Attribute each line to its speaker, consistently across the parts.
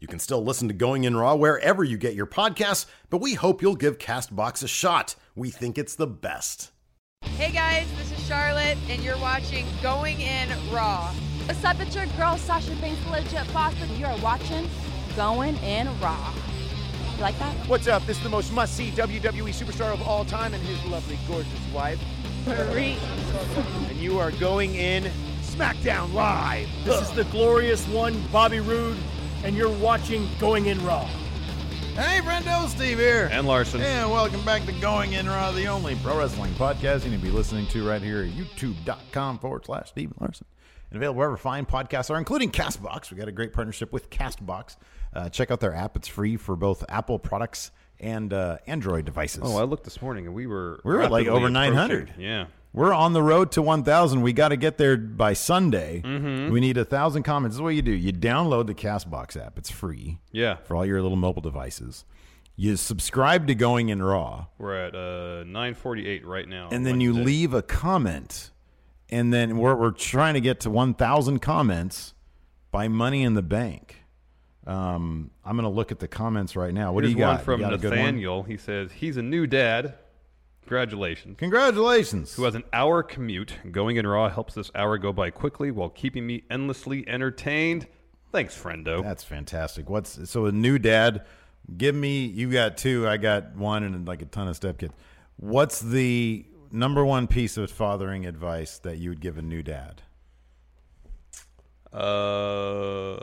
Speaker 1: You can still listen to Going In Raw wherever you get your podcasts, but we hope you'll give Castbox a shot. We think it's the best.
Speaker 2: Hey guys, this is Charlotte, and you're watching Going In Raw.
Speaker 3: What's up, it's your girl Sasha Banks, legit Foster. You are watching Going in Raw. You like that?
Speaker 4: What's up? This is the most must see WWE E superstar of all time and his lovely, gorgeous wife.
Speaker 3: Marie.
Speaker 4: And you are going in SmackDown Live.
Speaker 5: This is the glorious one, Bobby Roode, and you're watching Going In Raw.
Speaker 6: Hey, friendo, Steve here.
Speaker 7: And Larson.
Speaker 6: And welcome back to Going In Raw, the only pro wrestling podcast you need to be listening to right here at youtube.com forward slash Steve Larson. And available wherever fine podcasts are, including Castbox. We got a great partnership with Castbox. Uh, check out their app. It's free for both Apple products and uh, Android devices.
Speaker 7: Oh, I looked this morning and we were
Speaker 6: We were at, like,
Speaker 7: rapidly
Speaker 6: over 900.
Speaker 7: approaching- Yeah.
Speaker 6: We're on the road to 1,000. We got to get there by Sunday.
Speaker 7: Mm-hmm.
Speaker 6: We need 1,000 comments. This is what you do. You download the Castbox app. It's free
Speaker 7: Yeah.
Speaker 6: for all your little mobile devices. You subscribe to Going in Raw,
Speaker 7: We're at uh 948 right now.
Speaker 6: and then you
Speaker 7: Wednesday.
Speaker 6: leave a comment. And then we're, we're trying to get to 1,000 comments by Money in the Bank. Um, I'm going to look at the comments right now. What
Speaker 7: Here's
Speaker 6: do you got?
Speaker 7: one from
Speaker 6: You got a good one?
Speaker 7: Nathaniel. He says, He's a new dad. Congratulations.
Speaker 6: Congratulations.
Speaker 7: Who has an hour commute. Going in raw helps this hour go by quickly while keeping me endlessly entertained. Thanks, friendo.
Speaker 6: That's fantastic. What's so a new dad? Give me you got two, I got one, and like a ton of stepkids. What's the number one piece of fathering advice that you would give a new dad?
Speaker 7: Uh,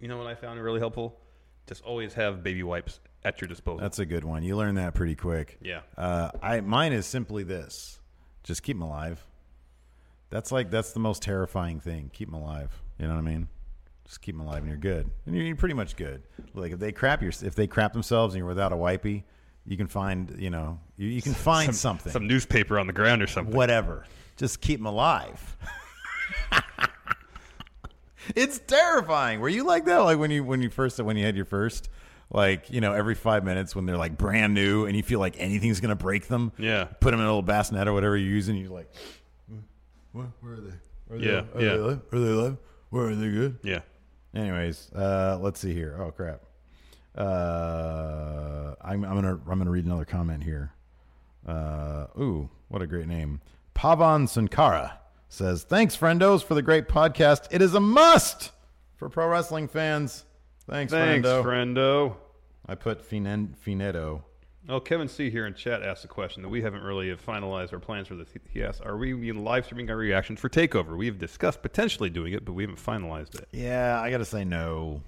Speaker 7: you know what I found really helpful? Just always have baby wipes at your disposal.
Speaker 6: That's a good one. You learn that pretty quick.
Speaker 7: Yeah.
Speaker 6: Uh, I mine is simply this: just keep them alive. That's like that's the most terrifying thing. Keep them alive. You know what I mean? Just keep them alive, and you're good. And you're, you're pretty much good. Like if they crap your if they crap themselves, and you're without a wipey, you can find you know you, you can find something.
Speaker 7: some newspaper on the ground or something.
Speaker 6: whatever. Just keep them alive. it's terrifying. Were you like that? Like when you when you first when you had your first, like you know, every five minutes when they're like brand new and you feel like anything's gonna break them.
Speaker 7: Yeah.
Speaker 6: Put them in a little bassinet or whatever you're using. You're like, where, where are they? Are they
Speaker 7: Yeah,
Speaker 6: Are
Speaker 7: yeah.
Speaker 6: They alive? Are they alive? Where are they good?
Speaker 7: Yeah.
Speaker 6: Anyways, uh, let's see here. Oh crap. Uh, I'm, I'm gonna I'm gonna read another comment here. Uh, ooh, what a great name. Pavan Sankara says, "Thanks, friendos, for the great podcast. It is a must for pro wrestling fans. Thanks,
Speaker 7: Thanks,
Speaker 6: friendo.
Speaker 7: friendo.
Speaker 6: I put Finen- Finetto.
Speaker 7: Oh, Kevin C here in chat asked a question that we haven't really finalized our plans for this. He asked, "Are we live streaming our reactions for Takeover? We have discussed potentially doing it, but we haven't finalized it."
Speaker 6: Yeah, I gotta say no.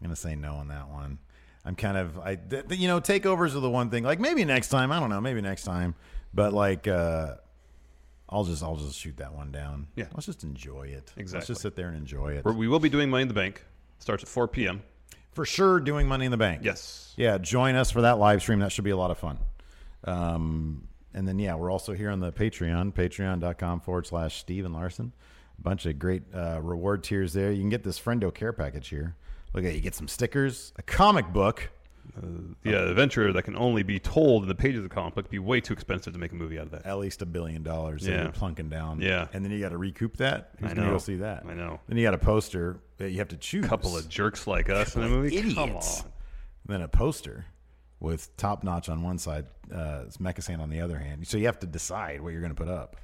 Speaker 6: I'm gonna say no on that one. I'm kind of I th- th- you know takeovers are the one thing. Like maybe next time. I don't know. Maybe next time. But like uh, I'll just I'll just shoot that one down.
Speaker 7: Yeah.
Speaker 6: let's just enjoy it. Let's
Speaker 7: Exactly.
Speaker 6: just sit there and enjoy it.
Speaker 7: We're- We will be doing Money in the Bank. Starts at 4 p.m.
Speaker 6: For sure, doing Money in the Bank.
Speaker 7: Yes.
Speaker 6: Yeah, join us for that live stream. That should be a lot of fun. Um, and then, yeah, we're also here on the Patreon, patreon.com forward slash Steven Larson. A bunch of great uh, reward tiers there. You can get this Friendo Care Package here. Look at you get some stickers, a comic book,
Speaker 7: yeah, the adventure that can only be told in the pages of the comic book would be way too expensive to make a movie out of that.
Speaker 6: at least a billion dollars that
Speaker 7: Yeah.
Speaker 6: you're plunking down.
Speaker 7: Yeah.
Speaker 6: And then you got to recoup that. Who's
Speaker 7: I
Speaker 6: going to
Speaker 7: know.
Speaker 6: go see that?
Speaker 7: I know.
Speaker 6: Then you got a poster that you have to choose.
Speaker 7: A couple of jerks like us in a movie. Come
Speaker 6: idiots.
Speaker 7: on.
Speaker 6: Then a poster with top notch on one side, uh, Mechasan on the other hand. So you have to decide what you're going to put up.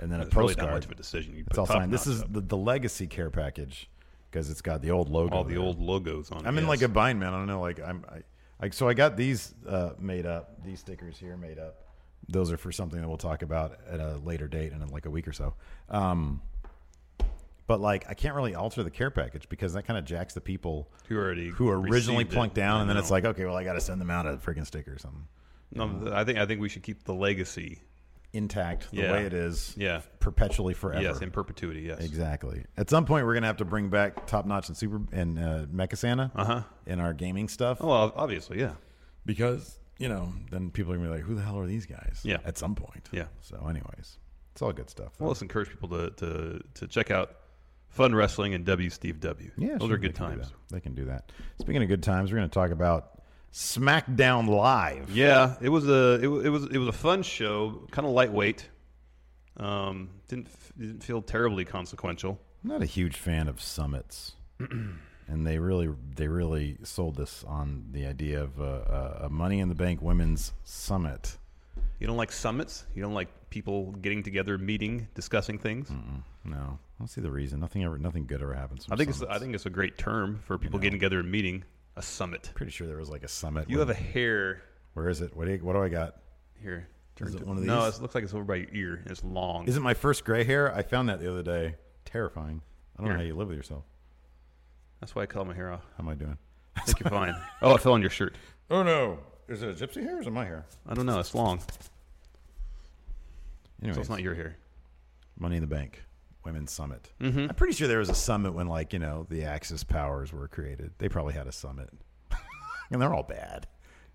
Speaker 6: And then a
Speaker 7: It's really
Speaker 6: postcard.
Speaker 7: not much of a decision. You
Speaker 6: It's
Speaker 7: put
Speaker 6: all
Speaker 7: Top
Speaker 6: signed. This
Speaker 7: Notch
Speaker 6: is
Speaker 7: up.
Speaker 6: the, the legacy care package because it's got the old logo.
Speaker 7: all the
Speaker 6: there.
Speaker 7: old logos on.
Speaker 6: I'm
Speaker 7: it,
Speaker 6: in like
Speaker 7: yes.
Speaker 6: a bind, man. I don't know. Like I'm, I, like so I got these uh, made up. These stickers here made up. Those are for something that we'll talk about at a later date in like a week or so. Um, but like I can't really alter the care package because that kind of jacks the people
Speaker 7: Who already
Speaker 6: who originally
Speaker 7: received it.
Speaker 6: plunked down,
Speaker 7: I
Speaker 6: and then it's
Speaker 7: know.
Speaker 6: like okay, well I got to send them out a freaking sticker or something
Speaker 7: No, th- I think I think we should keep the legacy.
Speaker 6: intact the
Speaker 7: Yeah.
Speaker 6: way it is,
Speaker 7: Yeah.
Speaker 6: perpetually forever.
Speaker 7: Yes, in perpetuity. Yes,
Speaker 6: Exactly. At some point, we're gonna have to bring back Top Notch and Super and uh, Mecha Santa in our gaming stuff.
Speaker 7: Uh-huh. Oh, well, obviously, yeah.
Speaker 6: because you know then people are gonna be like who the hell are these guys
Speaker 7: Yeah.
Speaker 6: at some point
Speaker 7: Yeah.
Speaker 6: so anyways it's all good stuff though.
Speaker 7: Well, let's encourage people to to to check out Fun Wrestling and W Steve W.
Speaker 6: yeah
Speaker 7: those
Speaker 6: sure,
Speaker 7: are
Speaker 6: they can do
Speaker 7: good times.
Speaker 6: that. they can do that speaking of good times we're gonna talk about smackdown live
Speaker 7: Yeah, it was a it, wa- it was it was a fun show, kind of lightweight. Um, didn't f- didn't feel terribly consequential.
Speaker 6: i'm not a huge fan of summits and they really they really sold this on the idea of uh, uh, a money in the bank women's summit
Speaker 7: You don't like summits. You don't like people getting together, meeting, discussing things.
Speaker 6: no i don't see the reason nothing ever nothing good ever happens from
Speaker 7: I think it's
Speaker 6: summits.
Speaker 7: I think it's a great term for people getting together and meeting. A summit.
Speaker 6: pretty sure there was like a summit
Speaker 7: You
Speaker 6: where-
Speaker 7: have a hair
Speaker 6: where is it what do, you, what do i got
Speaker 7: here.
Speaker 6: Is it
Speaker 7: to-
Speaker 6: one of
Speaker 7: No,
Speaker 6: these?
Speaker 7: it looks like it's over by your ear. and It's long.
Speaker 6: Is it my first gray hair? I found that the other day. Terrifying. I don't know
Speaker 7: Here.
Speaker 6: how you live with yourself.
Speaker 7: That's why I cut my hair off.
Speaker 6: How am I doing?
Speaker 7: I think you're fine. Oh, it fell on your shirt.
Speaker 6: Oh no. Is it a gypsy hair or is it my hair?
Speaker 7: I don't know. It's long,
Speaker 6: Anyway,
Speaker 7: so it's not your hair.
Speaker 6: Money in the Bank Women's Summit. I'm pretty sure there was a summit when, like, you know, the Axis powers were created. They probably had a summit, and they're all bad,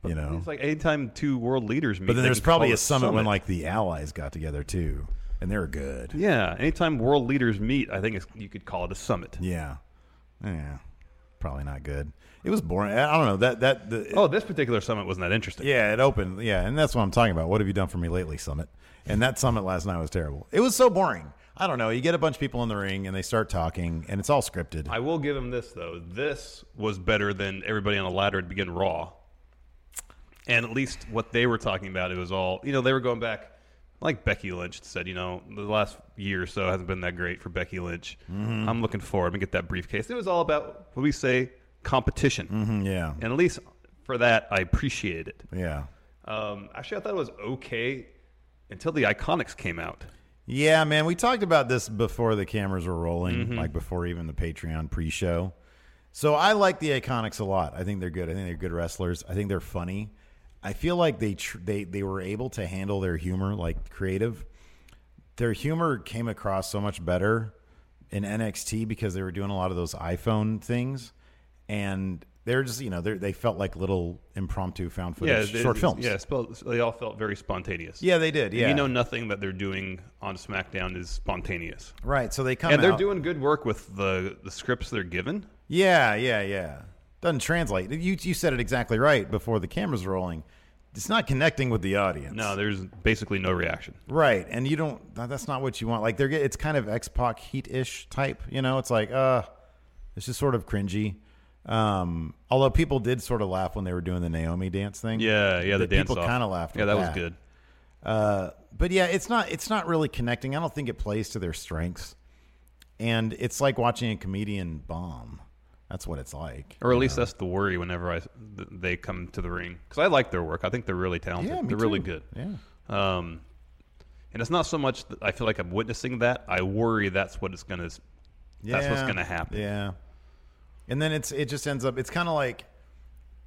Speaker 6: you know.
Speaker 7: It's like anytime two world leaders meet.
Speaker 6: But then
Speaker 7: they
Speaker 6: there's
Speaker 7: can call
Speaker 6: probably
Speaker 7: it
Speaker 6: a summit when, like, the Allies got together too, and they were good.
Speaker 7: Yeah, anytime world leaders meet, I think it's, you could call it a summit.
Speaker 6: Yeah, yeah, probably not good. It was boring. I I don't know that that the,
Speaker 7: Oh, this particular summit wasn't that interesting.
Speaker 6: Yeah, it opened. Yeah, and that's what I'm talking about. What have you done for me lately, Summit? And that Summit last night was terrible. It was so boring. I don't know. You get a bunch of people in the ring and they start talking, and it's all scripted.
Speaker 7: I will give him this though. This was better than everybody on the ladder to begin Raw. And at least what they were talking about, it was all you know. They were going back, like Becky Lynch said. You know, the last year or so hasn't been that great for Becky Lynch. I'm looking forward to get that briefcase. It was all about what we say competition,
Speaker 6: yeah,
Speaker 7: and at least for that, I appreciated it.
Speaker 6: yeah,
Speaker 7: Um, actually, I thought it was okay until the Iconics came out.
Speaker 6: yeah, man. We talked about this before the cameras were rolling,
Speaker 7: Mm-hmm.
Speaker 6: like before even the Patreon pre-show. So I like the Iconics a lot. I think they're good. I think they're good wrestlers. I think they're funny. I feel like they tr- they they were able to handle their humor like creative. Their humor came across so much better in NXT because they were doing a lot of those iPhone things, and they're just you know they they felt like little impromptu found footage
Speaker 7: they-
Speaker 6: short films.
Speaker 7: Yeah, it's felt- they all felt very spontaneous.
Speaker 6: yeah, they did.
Speaker 7: And
Speaker 6: Yeah,
Speaker 7: You know, nothing that they're doing on SmackDown is spontaneous.
Speaker 6: right. So they come
Speaker 7: and they're
Speaker 6: out-
Speaker 7: doing good work with the, the scripts they're given.
Speaker 6: Yeah, yeah, yeah. Doesn't translate. You you said it exactly right before the cameras rolling. It's not connecting with the audience.
Speaker 7: No, there's basically no reaction.
Speaker 6: right, and you don't. that- That's not what you want. Like they're get- it's kind of X Pac heat ish type. You know, it's like uh, it's just sort of cringy. Um, although people did sort of laugh when they were doing the Naomi dance thing.
Speaker 7: Yeah, yeah, the,
Speaker 6: That
Speaker 7: dance
Speaker 6: people kind of laughed.
Speaker 7: Yeah,
Speaker 6: at
Speaker 7: that was good.
Speaker 6: uh, but yeah, it's not it's not really connecting. I don't think it plays to their strengths, and it's like watching a comedian bomb. That's what it's like.
Speaker 7: Or at least that's the worry whenever I th- they come to the ring because I like their work. I think they're really talented.
Speaker 6: me
Speaker 7: they're really
Speaker 6: too.
Speaker 7: good.
Speaker 6: Yeah.
Speaker 7: Um, and it's not so much that I feel like I'm witnessing that. I worry that's what it's gonna. That's what's
Speaker 6: Yeah.
Speaker 7: gonna happen.
Speaker 6: Yeah. And then it's it just ends up it's kind of like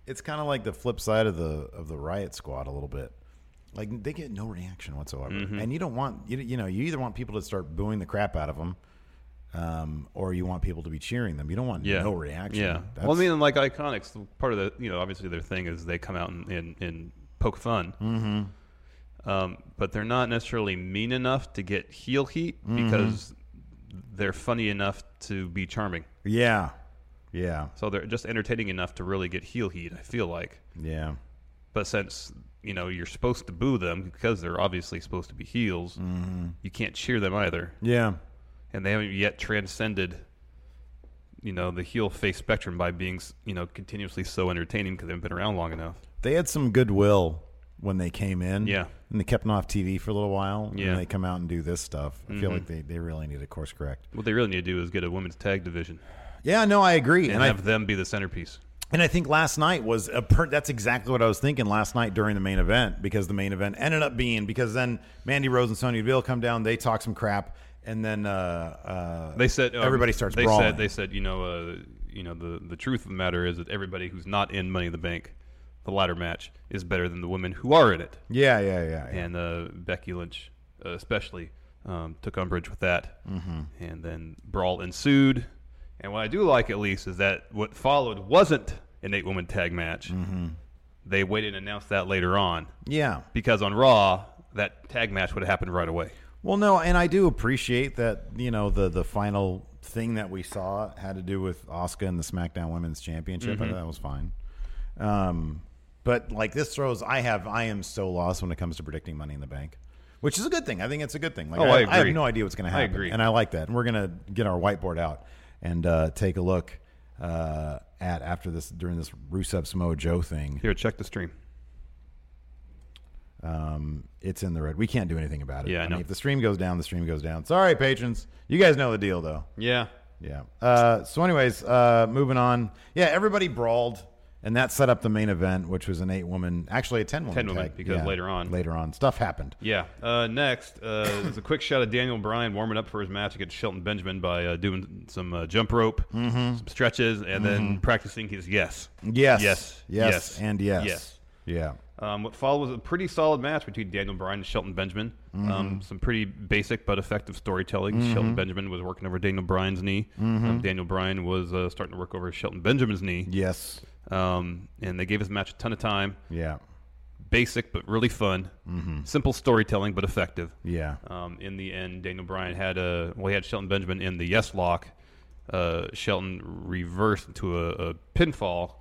Speaker 6: it's kind of like the flip side of the of the riot squad a little bit. Like they get no reaction whatsoever.
Speaker 7: Mm-hmm.
Speaker 6: And you don't want you you know, you either want people to start booing the crap out of them um, or you want people to be cheering them. You don't want
Speaker 7: Yeah.
Speaker 6: no reaction.
Speaker 7: Yeah.
Speaker 6: That's,
Speaker 7: well, I mean, like Iconics, part of the you know obviously their thing is they come out and and, and poke fun. Mm-hmm. Um, but they're not necessarily mean enough to get
Speaker 6: Mm-hmm.
Speaker 7: heel heat because they're funny enough to be charming.
Speaker 6: yeah. Yeah.
Speaker 7: So they're just entertaining enough to really get heel heat, I feel like.
Speaker 6: Yeah.
Speaker 7: But since you know you're supposed to boo them because they're obviously supposed to be heels,
Speaker 6: Mm-hmm.
Speaker 7: you can't cheer them either,
Speaker 6: Yeah.
Speaker 7: and they haven't yet transcended, you know, the heel face spectrum by being s- you know continuously so entertaining because they've been around long enough.
Speaker 6: They had some goodwill when they came in.
Speaker 7: Yeah.
Speaker 6: And they kept them off TV for a little while. And
Speaker 7: Yeah. Mm-hmm.
Speaker 6: then they come out and do this stuff. I feel like they, they really need a course correct.
Speaker 7: What they really need to do is get a women's tag division
Speaker 6: Yeah, no, I agree.
Speaker 7: and,
Speaker 6: And, I
Speaker 7: have them be the centerpiece.
Speaker 6: and I think last night was a per- that's exactly what I was thinking last night during the main event because the main event ended up being because then Mandy Rose and Sonya Deville come down, they talk some crap, and then uh, uh,
Speaker 7: They said um,
Speaker 6: everybody starts
Speaker 7: They
Speaker 6: brawling.
Speaker 7: said they said you know uh, you know the the truth of the matter is that everybody who's not in Money in the Bank, the latter match is better than the women who are in it.
Speaker 6: yeah, yeah, yeah, yeah.
Speaker 7: and uh, Becky Lynch uh, especially um, took umbrage with that, mm-hmm. and then brawl ensued. And what I do like, at least, is that what followed wasn't an eight-woman tag match. Mm-hmm. They waited and announced that later on
Speaker 6: yeah.
Speaker 7: because on Raw that tag match would have happened right away.
Speaker 6: Well, no, and I do appreciate that you know the the final thing that we saw had to do with Oscar and the SmackDown Women's Championship.
Speaker 7: Mm-hmm.
Speaker 6: I thought that was fine. Um, but like this throws, I have I am so lost when it comes to predicting Money in the Bank, which is a good thing. I think it's a good thing. Like
Speaker 7: Oh, I
Speaker 6: I, have
Speaker 7: agree.
Speaker 6: no idea what's going to
Speaker 7: I
Speaker 6: happen,
Speaker 7: agree.
Speaker 6: and I like that. And we're gonna get our whiteboard out and uh, take a look uh, at after this during this Rusev Samoa Joe thing.
Speaker 7: Here, check the stream.
Speaker 6: Um, it's in the red. We can't do anything about it.
Speaker 7: Yeah, I know.
Speaker 6: mean, if the stream goes down, the stream goes down. Sorry, patrons. You guys know the deal, though.
Speaker 7: Yeah,
Speaker 6: Yeah. Uh, so, anyways, uh, moving on. Yeah, everybody brawled, and that set up the main event, which was an eight woman, actually a ten woman.
Speaker 7: 10 woman, because later on-
Speaker 6: later on, stuff happened.
Speaker 7: yeah. Uh, next, uh, there's a quick shot of Daniel Bryan warming up for his match against Shelton Benjamin by uh, doing some uh, jump rope, some stretches, and then practicing his yes.
Speaker 6: Mm-hmm. Yes.
Speaker 7: Yes.
Speaker 6: Yes.
Speaker 7: Yes.
Speaker 6: And yes.
Speaker 7: Yes.
Speaker 6: Yeah.
Speaker 7: Um, what followed was a pretty solid match between Daniel Bryan and Shelton Benjamin.
Speaker 6: Mm-hmm.
Speaker 7: Um, some pretty basic but effective storytelling. Shelton Benjamin was working over Daniel Bryan's knee.
Speaker 6: Mm-hmm.
Speaker 7: Um, Daniel Bryan was uh, starting to work over Shelton Benjamin's knee.
Speaker 6: Yes.
Speaker 7: Um, and they gave his match a ton of time.
Speaker 6: Yeah.
Speaker 7: Basic but really fun. Simple storytelling but effective.
Speaker 6: Mm-hmm. Yeah.
Speaker 7: Um, in the end, Daniel Bryan had a well, he had Shelton Benjamin in the yes lock. Uh, Shelton reversed into a, a pinfall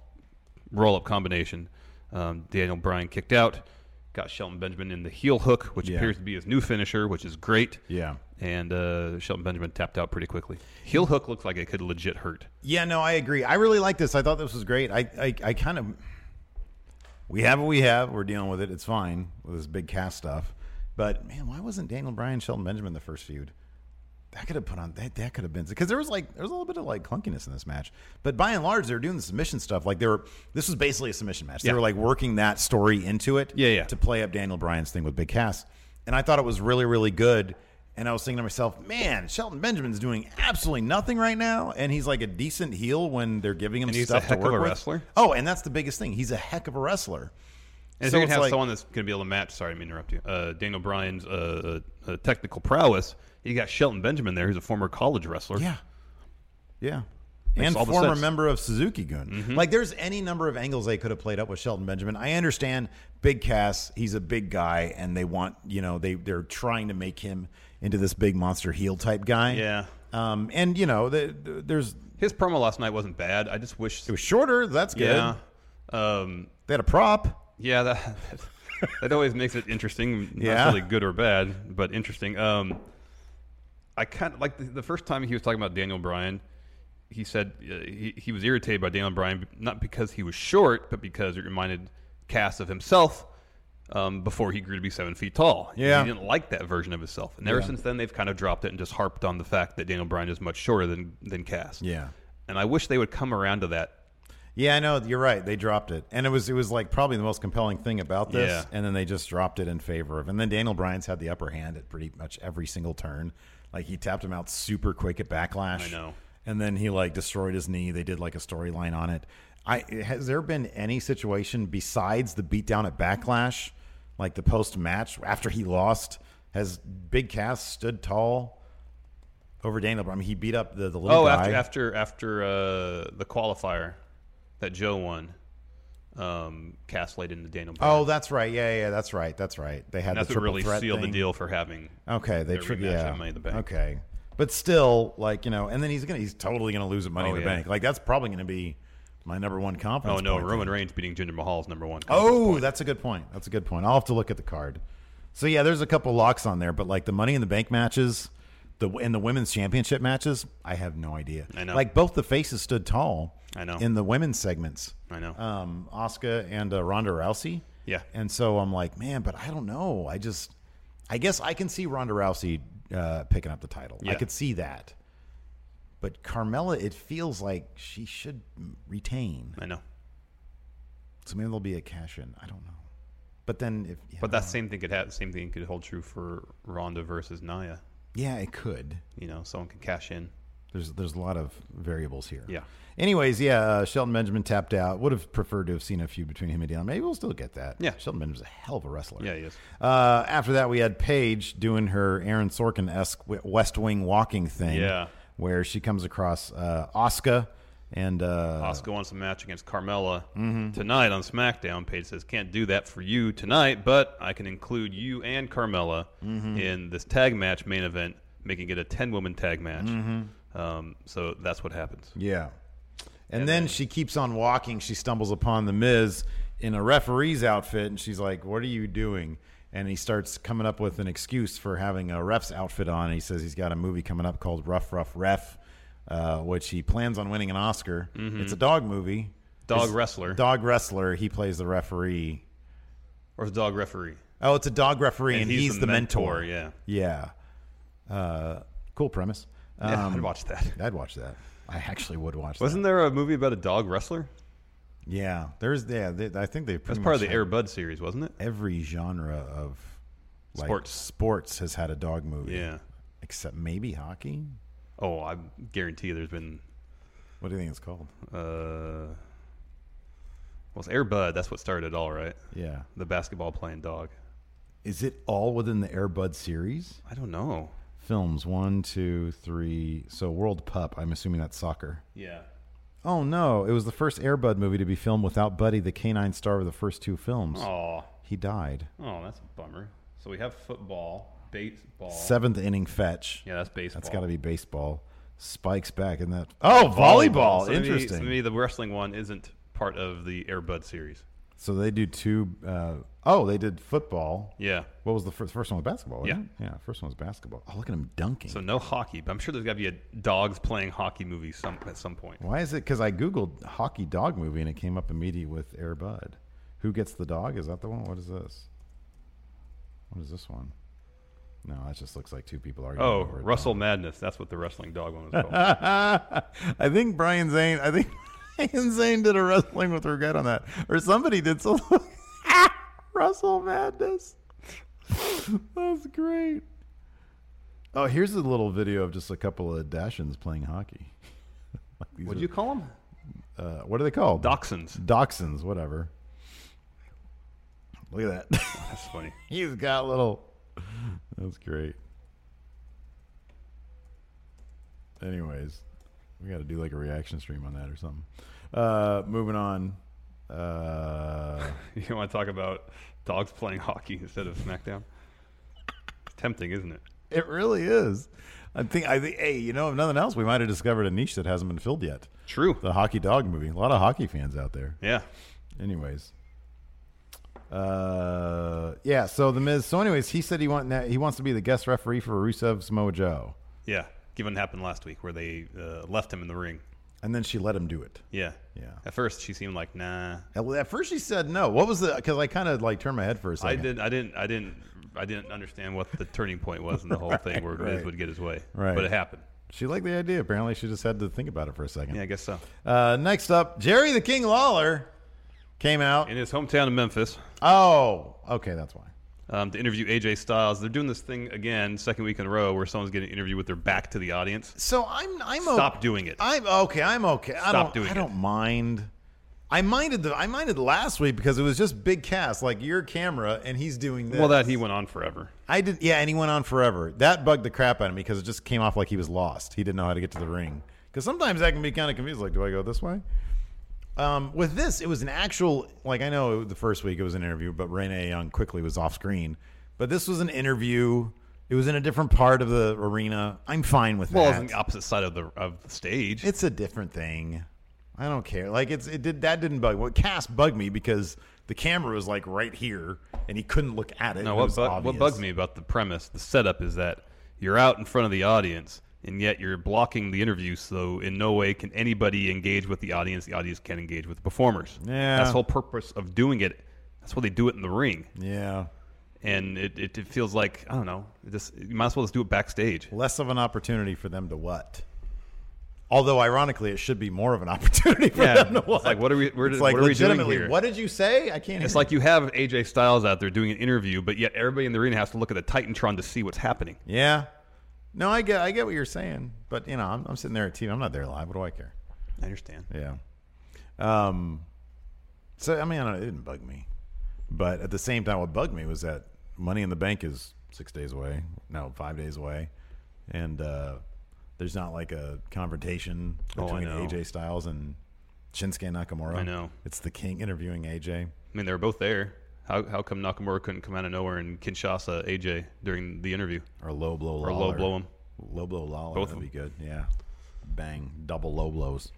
Speaker 7: roll up combination. Um, Daniel Bryan kicked out, got Shelton Benjamin in the heel hook, which
Speaker 6: Yeah.
Speaker 7: appears to be his new finisher, which is great.
Speaker 6: Yeah.
Speaker 7: And uh, Shelton Benjamin tapped out pretty quickly. Heel hook looks like it could legit hurt.
Speaker 6: Yeah, no, I agree. I really like this. I thought this was great. I, I, I kind of, we have what we have. We're dealing with it. It's fine with this big cast stuff. But man, why wasn't Daniel Bryan, Shelton Benjamin the first feud? That could have put on that. That could have been because there was like there was a little bit of like clunkiness in this match. But by and large, they were doing the submission stuff. Like they were. This was basically a submission match. They
Speaker 7: Yeah.
Speaker 6: were like working that story into it.
Speaker 7: Yeah, yeah.
Speaker 6: To play up Daniel Bryan's thing with Big Cass. And I thought it was really, really good. And I was thinking to myself, man, Shelton Benjamin's doing absolutely nothing right now. And he's like a decent heel when they're giving him
Speaker 7: And he's
Speaker 6: stuff
Speaker 7: a heck
Speaker 6: to
Speaker 7: of
Speaker 6: work
Speaker 7: a
Speaker 6: with.
Speaker 7: wrestler.
Speaker 6: Oh, and that's the biggest thing. He's a heck of a wrestler.
Speaker 7: And
Speaker 6: So
Speaker 7: so you're
Speaker 6: it's
Speaker 7: gonna have
Speaker 6: like-
Speaker 7: someone that's gonna be able to match. Sorry, I'm interrupting. you, Uh, Daniel Bryan's uh, uh, technical prowess. You got Shelton Benjamin there, who's a former college wrestler.
Speaker 6: Yeah. Yeah.
Speaker 7: Makes
Speaker 6: and
Speaker 7: all the
Speaker 6: former
Speaker 7: sense. Mm-hmm.
Speaker 6: member of Suzuki Gun. Like, there's any number of angles they could have played up with Shelton Benjamin. I understand Big Cass, he's a big guy, and they want, you know, they, they're trying to make him into this big monster heel type guy.
Speaker 7: Yeah.
Speaker 6: Um, and, you know, the, the- there's
Speaker 7: His promo last night wasn't bad. I just wish.
Speaker 6: it was shorter. That's good.
Speaker 7: yeah. Um,
Speaker 6: They had a prop.
Speaker 7: yeah, that, that always makes it interesting. Not
Speaker 6: Yeah.
Speaker 7: really good or bad, but interesting. Um, I kind of like the, the first time he was talking about Daniel Bryan, he said uh, he, he was irritated by Daniel Bryan, not because he was short, but because it reminded Cass of himself. Um, before he grew to be seven feet tall,
Speaker 6: Yeah.
Speaker 7: he didn't like that version of himself, and ever since then they've kind of dropped it and just harped on the fact that Daniel Bryan is much shorter than than Cass.
Speaker 6: Yeah.
Speaker 7: and I wish they would come around to that
Speaker 6: Yeah, I know. You're right. They dropped it, and it was it was like probably the most compelling thing about this.
Speaker 7: Yeah.
Speaker 6: And then they just dropped it in favor of. And then Daniel Bryan's had the upper hand at pretty much every single turn. Like he tapped him out super quick at Backlash.
Speaker 7: I know.
Speaker 6: And then he like destroyed his knee. They did like a storyline on it. I has there been any situation besides the beatdown at Backlash, like the post match after he lost, has Big Cass stood tall over Daniel Bryan? I mean, he beat up the the little
Speaker 7: Oh,
Speaker 6: guy.
Speaker 7: after after after uh, the qualifier that Joe won, um, Cass laid into Daniel. Bryan.
Speaker 6: Oh, that's right. Yeah, yeah, that's right. That's right. They had
Speaker 7: and that's
Speaker 6: the
Speaker 7: what
Speaker 6: triple
Speaker 7: really
Speaker 6: threat
Speaker 7: sealed
Speaker 6: thing. Oh,
Speaker 7: the deal for having.
Speaker 6: Okay, they
Speaker 7: their
Speaker 6: tri-
Speaker 7: rematch at
Speaker 6: yeah.
Speaker 7: Money in the Bank.
Speaker 6: Okay, But still, like you know, and then he's gonna he's totally gonna lose at Money
Speaker 7: Oh,
Speaker 6: in the
Speaker 7: yeah.
Speaker 6: Bank. Like that's probably gonna be my number one confidence.
Speaker 7: Oh no,
Speaker 6: point
Speaker 7: Roman
Speaker 6: thing.
Speaker 7: Reigns beating Jinder Mahal is number one.
Speaker 6: Oh, that's a good point. That's a good point. I'll have to look at the card. So yeah, there's a couple locks on there, but like the Money in the Bank matches, the and the women's championship matches, I have no idea.
Speaker 7: I know.
Speaker 6: Like both the faces stood tall.
Speaker 7: I know.
Speaker 6: In the women's segments,
Speaker 7: I know.
Speaker 6: Um, Oscar and uh, Ronda Rousey.
Speaker 7: Yeah.
Speaker 6: And so I'm like, man, but I don't know. I just, I guess I can see Ronda Rousey uh, picking up the title. I
Speaker 7: Yeah.
Speaker 6: could see that. But Carmella, it feels like she should retain.
Speaker 7: I know.
Speaker 6: So maybe there'll be a cash in. I don't know. But then if yeah,
Speaker 7: But that same thing could have same thing could hold true for Ronda versus Naya.
Speaker 6: yeah, it could.
Speaker 7: You know, someone could cash in.
Speaker 6: There's there's a lot of variables here.
Speaker 7: Yeah.
Speaker 6: Anyways, yeah, uh, Shelton Benjamin tapped out. Would have preferred to have seen a feud between him and Dion. Maybe we'll still get that.
Speaker 7: Yeah.
Speaker 6: Shelton Benjamin's a hell of a wrestler.
Speaker 7: Yeah, he is.
Speaker 6: Uh, after that, we had Paige doing her Aaron Sorkin esque West Wing walking thing.
Speaker 7: Yeah.
Speaker 6: Where she comes across uh, Oscar and uh,
Speaker 7: Oscar wants a match against Carmella
Speaker 6: Mm-hmm.
Speaker 7: tonight on SmackDown. Paige says, "Can't do that for you tonight, but I can include you and Carmella
Speaker 6: Mm-hmm.
Speaker 7: in this tag match main event, making it a ten-woman tag match."
Speaker 6: Mm-hmm.
Speaker 7: Um, so that's what happens.
Speaker 6: Yeah. And, then, she keeps on walking. She stumbles upon the Miz in a referee's outfit, and she's like, "What are you doing?" And he starts coming up with an excuse for having a ref's outfit on. he says he's got a movie coming up called Rough Rough Ref, uh, which he plans on winning an Oscar. It's a dog movie.
Speaker 7: Dog
Speaker 6: It's-
Speaker 7: wrestler.
Speaker 6: Dog wrestler. He plays the referee.
Speaker 7: Or the dog referee.
Speaker 6: Oh, it's a dog referee, and, he's, the, mentor.
Speaker 7: Yeah.
Speaker 6: Yeah. Uh, cool premise.
Speaker 7: yeah,
Speaker 6: Um,
Speaker 7: I'd watch that.
Speaker 6: I'd watch that. I actually would watch. that.
Speaker 7: Wasn't there a movie about a dog wrestler?
Speaker 6: Yeah, there's yeah. They, I think they've
Speaker 7: That's
Speaker 6: pretty
Speaker 7: part
Speaker 6: much
Speaker 7: of the
Speaker 6: had-
Speaker 7: Air Bud series, wasn't it?
Speaker 6: every genre of like,
Speaker 7: Sports.
Speaker 6: Sports has had a dog movie.
Speaker 7: Yeah.
Speaker 6: except maybe hockey.
Speaker 7: Oh, I guarantee there's been.
Speaker 6: What do you think it's called?
Speaker 7: Uh, well, it's Air Bud. That's what started it all, right?
Speaker 6: Yeah,
Speaker 7: The basketball playing dog.
Speaker 6: is it all within the Air Bud series
Speaker 7: I don't know.
Speaker 6: films? One, two, three. So World Pup. I'm assuming that's soccer.
Speaker 7: Yeah.
Speaker 6: Oh no, it was the first Air Bud movie to be filmed without Buddy, the canine star of the first two films.
Speaker 7: Oh,
Speaker 6: He died.
Speaker 7: oh, that's a bummer. So we have football, baseball.
Speaker 6: Seventh inning fetch.
Speaker 7: Yeah, that's baseball.
Speaker 6: That's got to be baseball. Spikes back, and that. Oh, volleyball.
Speaker 7: So maybe-
Speaker 6: Interesting.
Speaker 7: so maybe the wrestling one isn't part of the Air Bud series.
Speaker 6: So they do two uh, oh, they did football.
Speaker 7: Yeah.
Speaker 6: What was the first? First one was basketball. wasn't
Speaker 7: Yeah.
Speaker 6: it? yeah. First one was basketball. Oh, look at him dunking.
Speaker 7: So no hockey, but I'm sure there's got to be a dogs playing hockey movie some at some point.
Speaker 6: Why is it? Because I googled hockey dog movie and it came up immediately with Air Bud. Who gets the dog? Is that the one? What is this? What is this one? No, that just looks like two people arguing.
Speaker 7: Oh,
Speaker 6: over a
Speaker 7: Russell Madness. That's what the wrestling dog one was called.
Speaker 6: I think Brian Zane. I think Brian Zane did a wrestling with regret on that, or somebody did. So Russell Madness. That's great. Oh, here's a little video of just a couple of Dashins playing hockey. Like these
Speaker 7: What'd
Speaker 6: are-
Speaker 7: you call him?
Speaker 6: uh, what are they called?
Speaker 7: Dachshunds.
Speaker 6: Dachshunds, whatever. Look at that.
Speaker 7: That's funny.
Speaker 6: He's got little. That's great. Anyways, we got to do like a reaction stream on that or something. Uh, moving on. Uh,
Speaker 7: You want to talk about dogs playing hockey instead of SmackDown? It's tempting, isn't it?
Speaker 6: it really is. I think. I think. Hey, you know, if nothing else, we might have discovered a niche that hasn't been filled yet.
Speaker 7: True.
Speaker 6: The hockey dog movie. A lot of hockey fans out there.
Speaker 7: Yeah.
Speaker 6: Anyways. Uh, yeah. So the Miz. So, anyways, he said he want he wants to be the guest referee for Rusev's Mojo,
Speaker 7: Yeah. Given what happened last week where they uh, left him in the ring.
Speaker 6: and then she let him do it.
Speaker 7: Yeah.
Speaker 6: Yeah.
Speaker 7: At first, she seemed like, nah.
Speaker 6: At, at first, she said no. What was the? Because I kind of like turned my head for a
Speaker 7: I
Speaker 6: second.
Speaker 7: did. I didn't. I didn't. I didn't understand what the turning point was in the whole thing where
Speaker 6: right.
Speaker 7: Miz would get his way.
Speaker 6: Right.
Speaker 7: But it happened.
Speaker 6: She liked the idea. Apparently, she just had to think about it for a second.
Speaker 7: Yeah, I guess so.
Speaker 6: Uh, next up, Jerry the King Lawler came out.
Speaker 7: In his hometown of Memphis,
Speaker 6: Oh, okay, that's why.
Speaker 7: um, to interview AJ Styles, they're doing this thing again, second week in a row, where someone's getting interviewed with their back to the audience.
Speaker 6: So I'm I'm o-
Speaker 7: Stop doing it.
Speaker 6: I'm okay. I'm okay. I
Speaker 7: Stop
Speaker 6: don't,
Speaker 7: doing
Speaker 6: I
Speaker 7: it.
Speaker 6: don't mind. I minded the I minded last week because it was just big cast like your camera and he's doing this.
Speaker 7: Well, that he went on forever.
Speaker 6: I did. Yeah, and he went on forever. That bugged the crap out of me because it just came off like he was lost. He didn't know how to get to the ring. Because sometimes that can be kind of confused. Like, do I go this way? Um, with this, it was an actual. Like, I know the first week it was an interview, but Renee Young quickly was off screen. But this was an interview It was in a different part of the arena. I'm fine with
Speaker 7: Well, it was
Speaker 6: that.
Speaker 7: on the opposite side of the of the stage.
Speaker 6: It's a different thing. I don't care. Like it's it did that didn't bug. What Cass bugged me because the camera was like right here and he couldn't look at it.
Speaker 7: No,
Speaker 6: It
Speaker 7: what,
Speaker 6: was
Speaker 7: bug what
Speaker 6: obvious.
Speaker 7: bugs me about the premise, the setup, is that you're out in front of the audience, and yet you're blocking the interview, so in no way can anybody engage with the audience. The audience can engage with the performers.
Speaker 6: Yeah.
Speaker 7: That's the whole purpose of doing it. That's why they do it in the ring.
Speaker 6: Yeah,
Speaker 7: And it, it, it feels like, I don't know, it just, you might as well just do it backstage.
Speaker 6: less of an opportunity for them to what? Although ironically, it should be more of an opportunity for
Speaker 7: Yeah,
Speaker 6: them to
Speaker 7: it's
Speaker 6: what?
Speaker 7: like, what are we- where
Speaker 6: It's
Speaker 7: did-
Speaker 6: like
Speaker 7: what are we doing
Speaker 6: legitimately,
Speaker 7: here?
Speaker 6: What did you say? I can't.
Speaker 7: It's
Speaker 6: hear
Speaker 7: like you have AJ Styles out there doing an interview, but yet everybody in the arena has to look at the Titantron to see what's happening.
Speaker 6: you. yeah. No, I get I get what you're saying, but you know, I'm, I'm sitting there at TV. I'm not there live. What do I care?
Speaker 7: I understand.
Speaker 6: Yeah. Um. So I mean, I don't know, it didn't bug me, but at the same time, what bugged me was that Money in the Bank is six days away, no, five days away, and uh, there's not like a confrontation
Speaker 7: Oh, I
Speaker 6: between
Speaker 7: know.
Speaker 6: AJ Styles and Shinsuke Nakamura.
Speaker 7: I know.
Speaker 6: it's the King interviewing AJ.
Speaker 7: I mean, they were both there. How, how come Nakamura couldn't come out of nowhere in Kinshasa, AJ, during the interview?
Speaker 6: Or low blow
Speaker 7: Or low blow 'em.
Speaker 6: Low blow Lawler.
Speaker 7: Both
Speaker 6: That'd
Speaker 7: of
Speaker 6: be good. Yeah. Bang. Double low blows.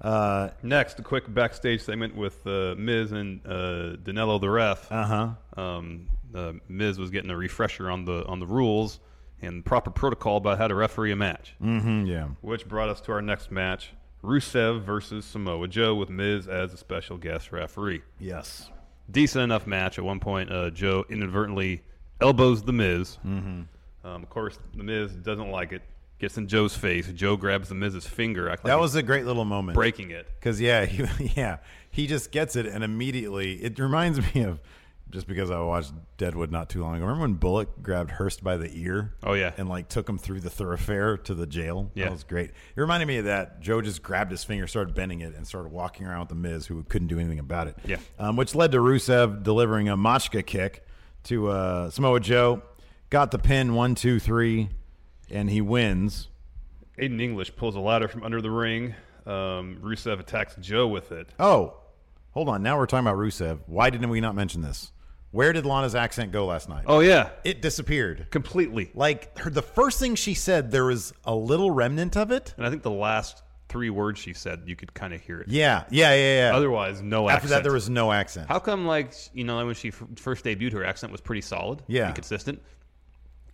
Speaker 6: Uh
Speaker 7: Next, a quick backstage segment with uh, Miz and uh, Danilo the ref.
Speaker 6: huh.
Speaker 7: Um, uh, Miz was getting a refresher on the on the rules and proper protocol about how to referee a match,
Speaker 6: Mm-hmm. Yeah.
Speaker 7: which brought us to our next match: Rusev versus Samoa Joe with Miz as a special guest referee.
Speaker 6: Yes.
Speaker 7: Decent enough match. At one point, uh, Joe inadvertently elbows the Miz.
Speaker 6: Mm-hmm.
Speaker 7: Um, of course, the Miz doesn't like it. Gets in Joe's face. Joe grabs the Miz's finger. acting
Speaker 6: That
Speaker 7: like
Speaker 6: was a great little moment.
Speaker 7: breaking it.
Speaker 6: Because yeah, he, yeah, he just gets it, and immediately it reminds me of just because I watched Deadwood not too long ago. Remember when Bullock grabbed Hurst by the ear?
Speaker 7: Oh, yeah.
Speaker 6: and like took him through the thoroughfare to the jail.
Speaker 7: Yeah.
Speaker 6: that was great. It reminded me of that. Joe just grabbed his finger, started bending it, and started walking around with the Miz, who couldn't do anything about it.
Speaker 7: Yeah.
Speaker 6: um, which led to Rusev delivering a Machka kick to uh, Samoa Joe, got the pin one two three, and he wins.
Speaker 7: Aiden English pulls a ladder from under the ring. Um, Rusev attacks Joe with it.
Speaker 6: Oh, hold on. Now we're talking about Rusev. Why didn't we not mention this? Where did Lana's accent go last night?
Speaker 7: Oh yeah,
Speaker 6: it disappeared.
Speaker 7: completely.
Speaker 6: Like her, the first thing she said, there was a little remnant of it.
Speaker 7: And I think the last three words she said, you could kind of hear it.
Speaker 6: Yeah, yeah, yeah, yeah.
Speaker 7: Otherwise, no.
Speaker 6: After that,
Speaker 7: accent.
Speaker 6: there was no accent.
Speaker 7: How come, like you know, when she f- first debuted, her accent was pretty solid,
Speaker 6: Yeah.
Speaker 7: and consistent.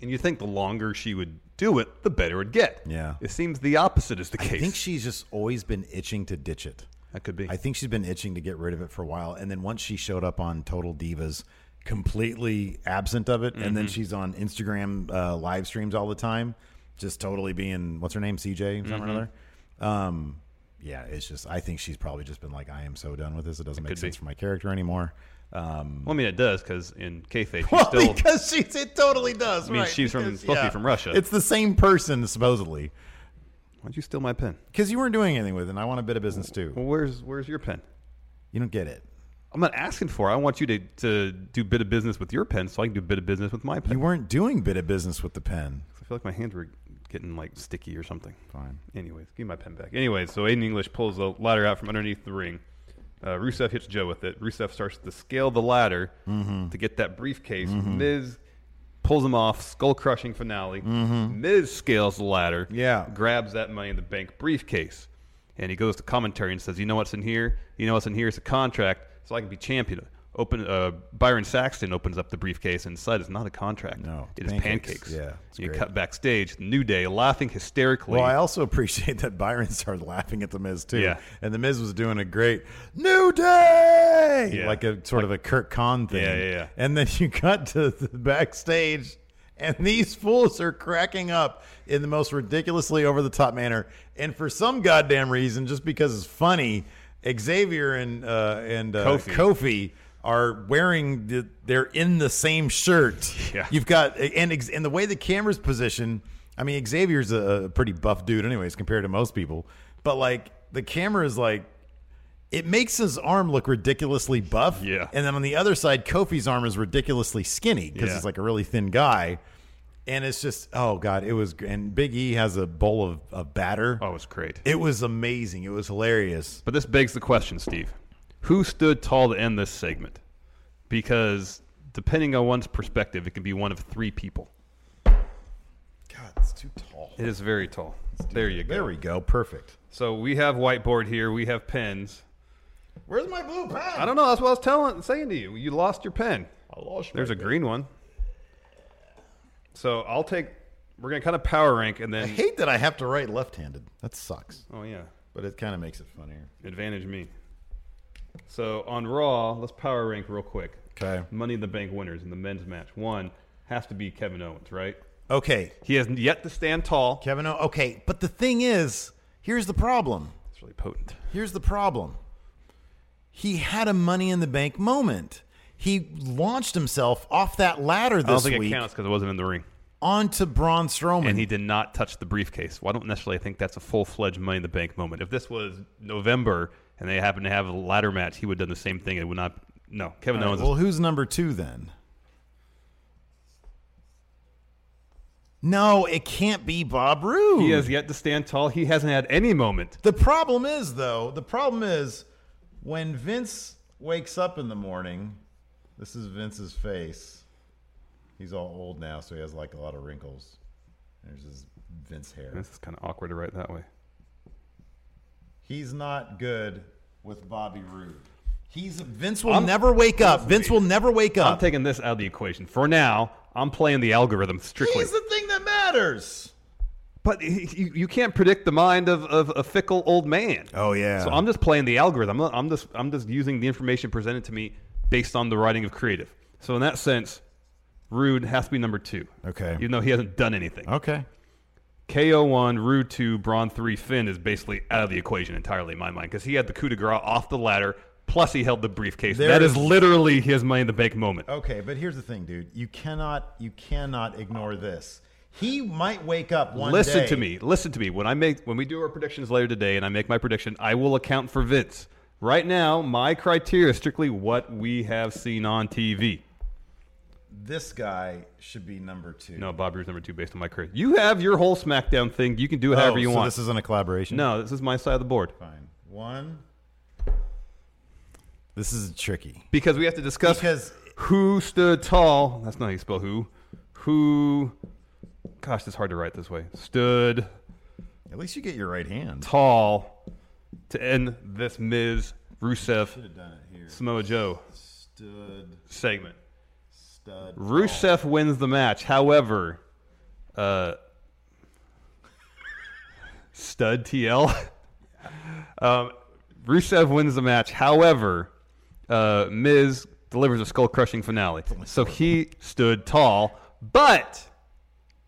Speaker 7: And you think the longer she would do it, the better it'd get.
Speaker 6: Yeah.
Speaker 7: It seems the opposite is the case.
Speaker 6: I think she's just always been itching to ditch it.
Speaker 7: that could be.
Speaker 6: I think she's been itching to get rid of it for a while, and then once she showed up on Total Divas, completely absent of it, and then
Speaker 7: Mm-hmm.
Speaker 6: she's on Instagram uh, live streams all the time, just totally being what's her name, CJ,
Speaker 7: Mm-hmm.
Speaker 6: something or another. Um, yeah, it's just I think she's probably just been like, I am so done with this. It doesn't make
Speaker 7: could
Speaker 6: sense
Speaker 7: be.
Speaker 6: for my character anymore. Um,
Speaker 7: well, I mean, it does because in kayfabe, she's
Speaker 6: well,
Speaker 7: still
Speaker 6: because she's it totally does.
Speaker 7: I mean,
Speaker 6: right,
Speaker 7: she's from-
Speaker 6: because,
Speaker 7: supposed to be from Russia.
Speaker 6: It's the same person supposedly
Speaker 7: Why'd you steal my pen?
Speaker 6: because you weren't doing anything with it. and I want a bit of business too.
Speaker 7: Well, where's where's your pen?
Speaker 6: You don't get it.
Speaker 7: I'm not asking for. it. I want you to, to do bit of business with your pen, so I can do bit of business with my pen.
Speaker 6: You weren't doing bit of business with the pen.
Speaker 7: I feel like my hands were getting like sticky or something.
Speaker 6: Fine.
Speaker 7: Anyways, give me my pen back. Anyways, so Aiden English pulls the ladder out from underneath the ring. Uh, Rusev hits Joe with it. Rusev starts to scale the ladder
Speaker 6: Mm-hmm.
Speaker 7: to get that briefcase. Miz pulls him off, skull crushing finale. Miz scales the ladder.
Speaker 6: Mm-hmm. Yeah.
Speaker 7: Grabs that money in the bank briefcase. And he goes to commentary and says, You know what's in here? You know what's in here? It's a contract, so I can be champion. Open uh, Byron Saxton opens up the briefcase and inside is not a contract.
Speaker 6: No,
Speaker 7: it is
Speaker 6: pancakes.
Speaker 7: pancakes.
Speaker 6: Yeah, it's
Speaker 7: you
Speaker 6: great.
Speaker 7: cut backstage. New Day laughing hysterically.
Speaker 6: Well, I also appreciate that Byron started laughing at the Miz too.
Speaker 7: Yeah.
Speaker 6: And the Miz was doing a great New Day,
Speaker 7: Yeah.
Speaker 6: like a sort of a Kurt Kahn thing.
Speaker 7: Yeah, yeah, yeah.
Speaker 6: And then you cut to the backstage, and these fools are cracking up in the most ridiculously over the top manner. And for some goddamn reason, just because it's funny, Xavier and uh, and uh,
Speaker 7: Kofi.
Speaker 6: Kofi are wearing the, they're in the same shirt.
Speaker 7: Yeah.
Speaker 6: You've got and ex- and the way the camera's positioned. I mean, Xavier's a, a pretty buff dude, anyways, compared to most people. But like the camera is like. It makes his arm look ridiculously buff.
Speaker 7: Yeah.
Speaker 6: And then on the other side, Kofi's arm is ridiculously skinny because
Speaker 7: Yeah.
Speaker 6: he's like a really thin guy. And it's just, oh, God, it was. gr- And Big E has a bowl of, of batter.
Speaker 7: oh, it's great.
Speaker 6: It was amazing. It was hilarious.
Speaker 7: but this begs the question, Steve. Who stood tall to end this segment? Because depending on one's perspective, it can be one of three people.
Speaker 6: God, it's too tall.
Speaker 7: It is very tall. There you go.
Speaker 6: There we go. Perfect.
Speaker 7: So we have whiteboard here. We have pens.
Speaker 6: Where's my blue pen? Oh,
Speaker 7: I don't know. That's what I was telling, saying to you. You lost your pen. I lost. There's a green one. So I'll take. We're gonna kind of power rank and
Speaker 6: I
Speaker 7: then.
Speaker 6: hate that I have to write left-handed. That sucks.
Speaker 7: Oh yeah,
Speaker 6: But it kind of makes it funnier.
Speaker 7: advantage me. So on Raw, let's power rank real quick.
Speaker 6: Okay.
Speaker 7: Money in the Bank winners in the men's match. One has to be Kevin Owens, right?
Speaker 6: Okay.
Speaker 7: He has yet to stand tall.
Speaker 6: Kevin. O- Okay. But the thing is, here's the problem.
Speaker 7: It's really potent.
Speaker 6: Here's the problem. He had a money in the bank moment. He launched himself off that ladder
Speaker 7: I don't
Speaker 6: this
Speaker 7: think
Speaker 6: week
Speaker 7: it counts because it wasn't in the ring.
Speaker 6: onto Braun Strowman.
Speaker 7: and he did not touch the briefcase. Well, I don't necessarily think that's a full fledged Money in the Bank moment. If this was November and they happened to have a ladder match, he would have done the same thing. It would not. No, Kevin
Speaker 6: All right,
Speaker 7: Owens.
Speaker 6: well, who's number two then? No, it can't be Bob Roode.
Speaker 7: he has yet to stand tall. He hasn't had any moment.
Speaker 6: The problem is, though, the problem is when Vince wakes up in the morning, this is Vince's face. He's all old now, so he has like a lot of wrinkles. There's his Vince hair.
Speaker 7: This is kind of awkward to write that way.
Speaker 6: He's not good with Bobby Roode. He's Vince will never wake up. Vince will never wake
Speaker 7: I'm
Speaker 6: up.
Speaker 7: taking this out of the equation. For now, I'm playing the algorithm strictly.
Speaker 6: He's the thing that matters.
Speaker 7: but he- you, you can't predict the mind of, of a fickle old man.
Speaker 6: Oh, yeah.
Speaker 7: So I'm just playing the algorithm. I'm- I'm just I'm just using the information presented to me based on the writing of creative. So in that sense, Rude has to be number two.
Speaker 6: Okay. Oh.
Speaker 7: Even though he hasn't done anything.
Speaker 6: Okay.
Speaker 7: KO one, Rude two, Braun three, Finn is basically out of the equation entirely in my mind because he had the coup de grace off the ladder. Plus he held the briefcase.
Speaker 6: There
Speaker 7: that
Speaker 6: is-
Speaker 7: is literally his money in the bank moment.
Speaker 6: Okay, but here's the thing, dude. You cannot you cannot ignore this. He might wake up one
Speaker 7: Listen
Speaker 6: day-
Speaker 7: to me. Listen to me. When I make when we do our predictions later today and I make my prediction, I will account for Vince. Right now, my criteria is strictly what we have seen on TV.
Speaker 6: This guy should be number two.
Speaker 7: No, Bob Roode's number two based on my career. You have your whole SmackDown thing. You can do it
Speaker 6: Oh,
Speaker 7: however you want.
Speaker 6: isn't a collaboration.
Speaker 7: no, this is my side of the board
Speaker 6: fine. One. This is tricky
Speaker 7: because we have to discuss
Speaker 6: because
Speaker 7: who stood tall. That's not how you spell who. Who? Gosh, it's hard to write this way. Stood
Speaker 6: at least you get your right hand.
Speaker 7: tall to end this Miz Rusev Samoa Joe
Speaker 6: Stood,
Speaker 7: segment.
Speaker 6: stud.
Speaker 7: Rusev wins the match. However, uh, stud TL. um, Rusev wins the match. However, uh, Miz delivers a skull crushing finale. So he stood tall, but,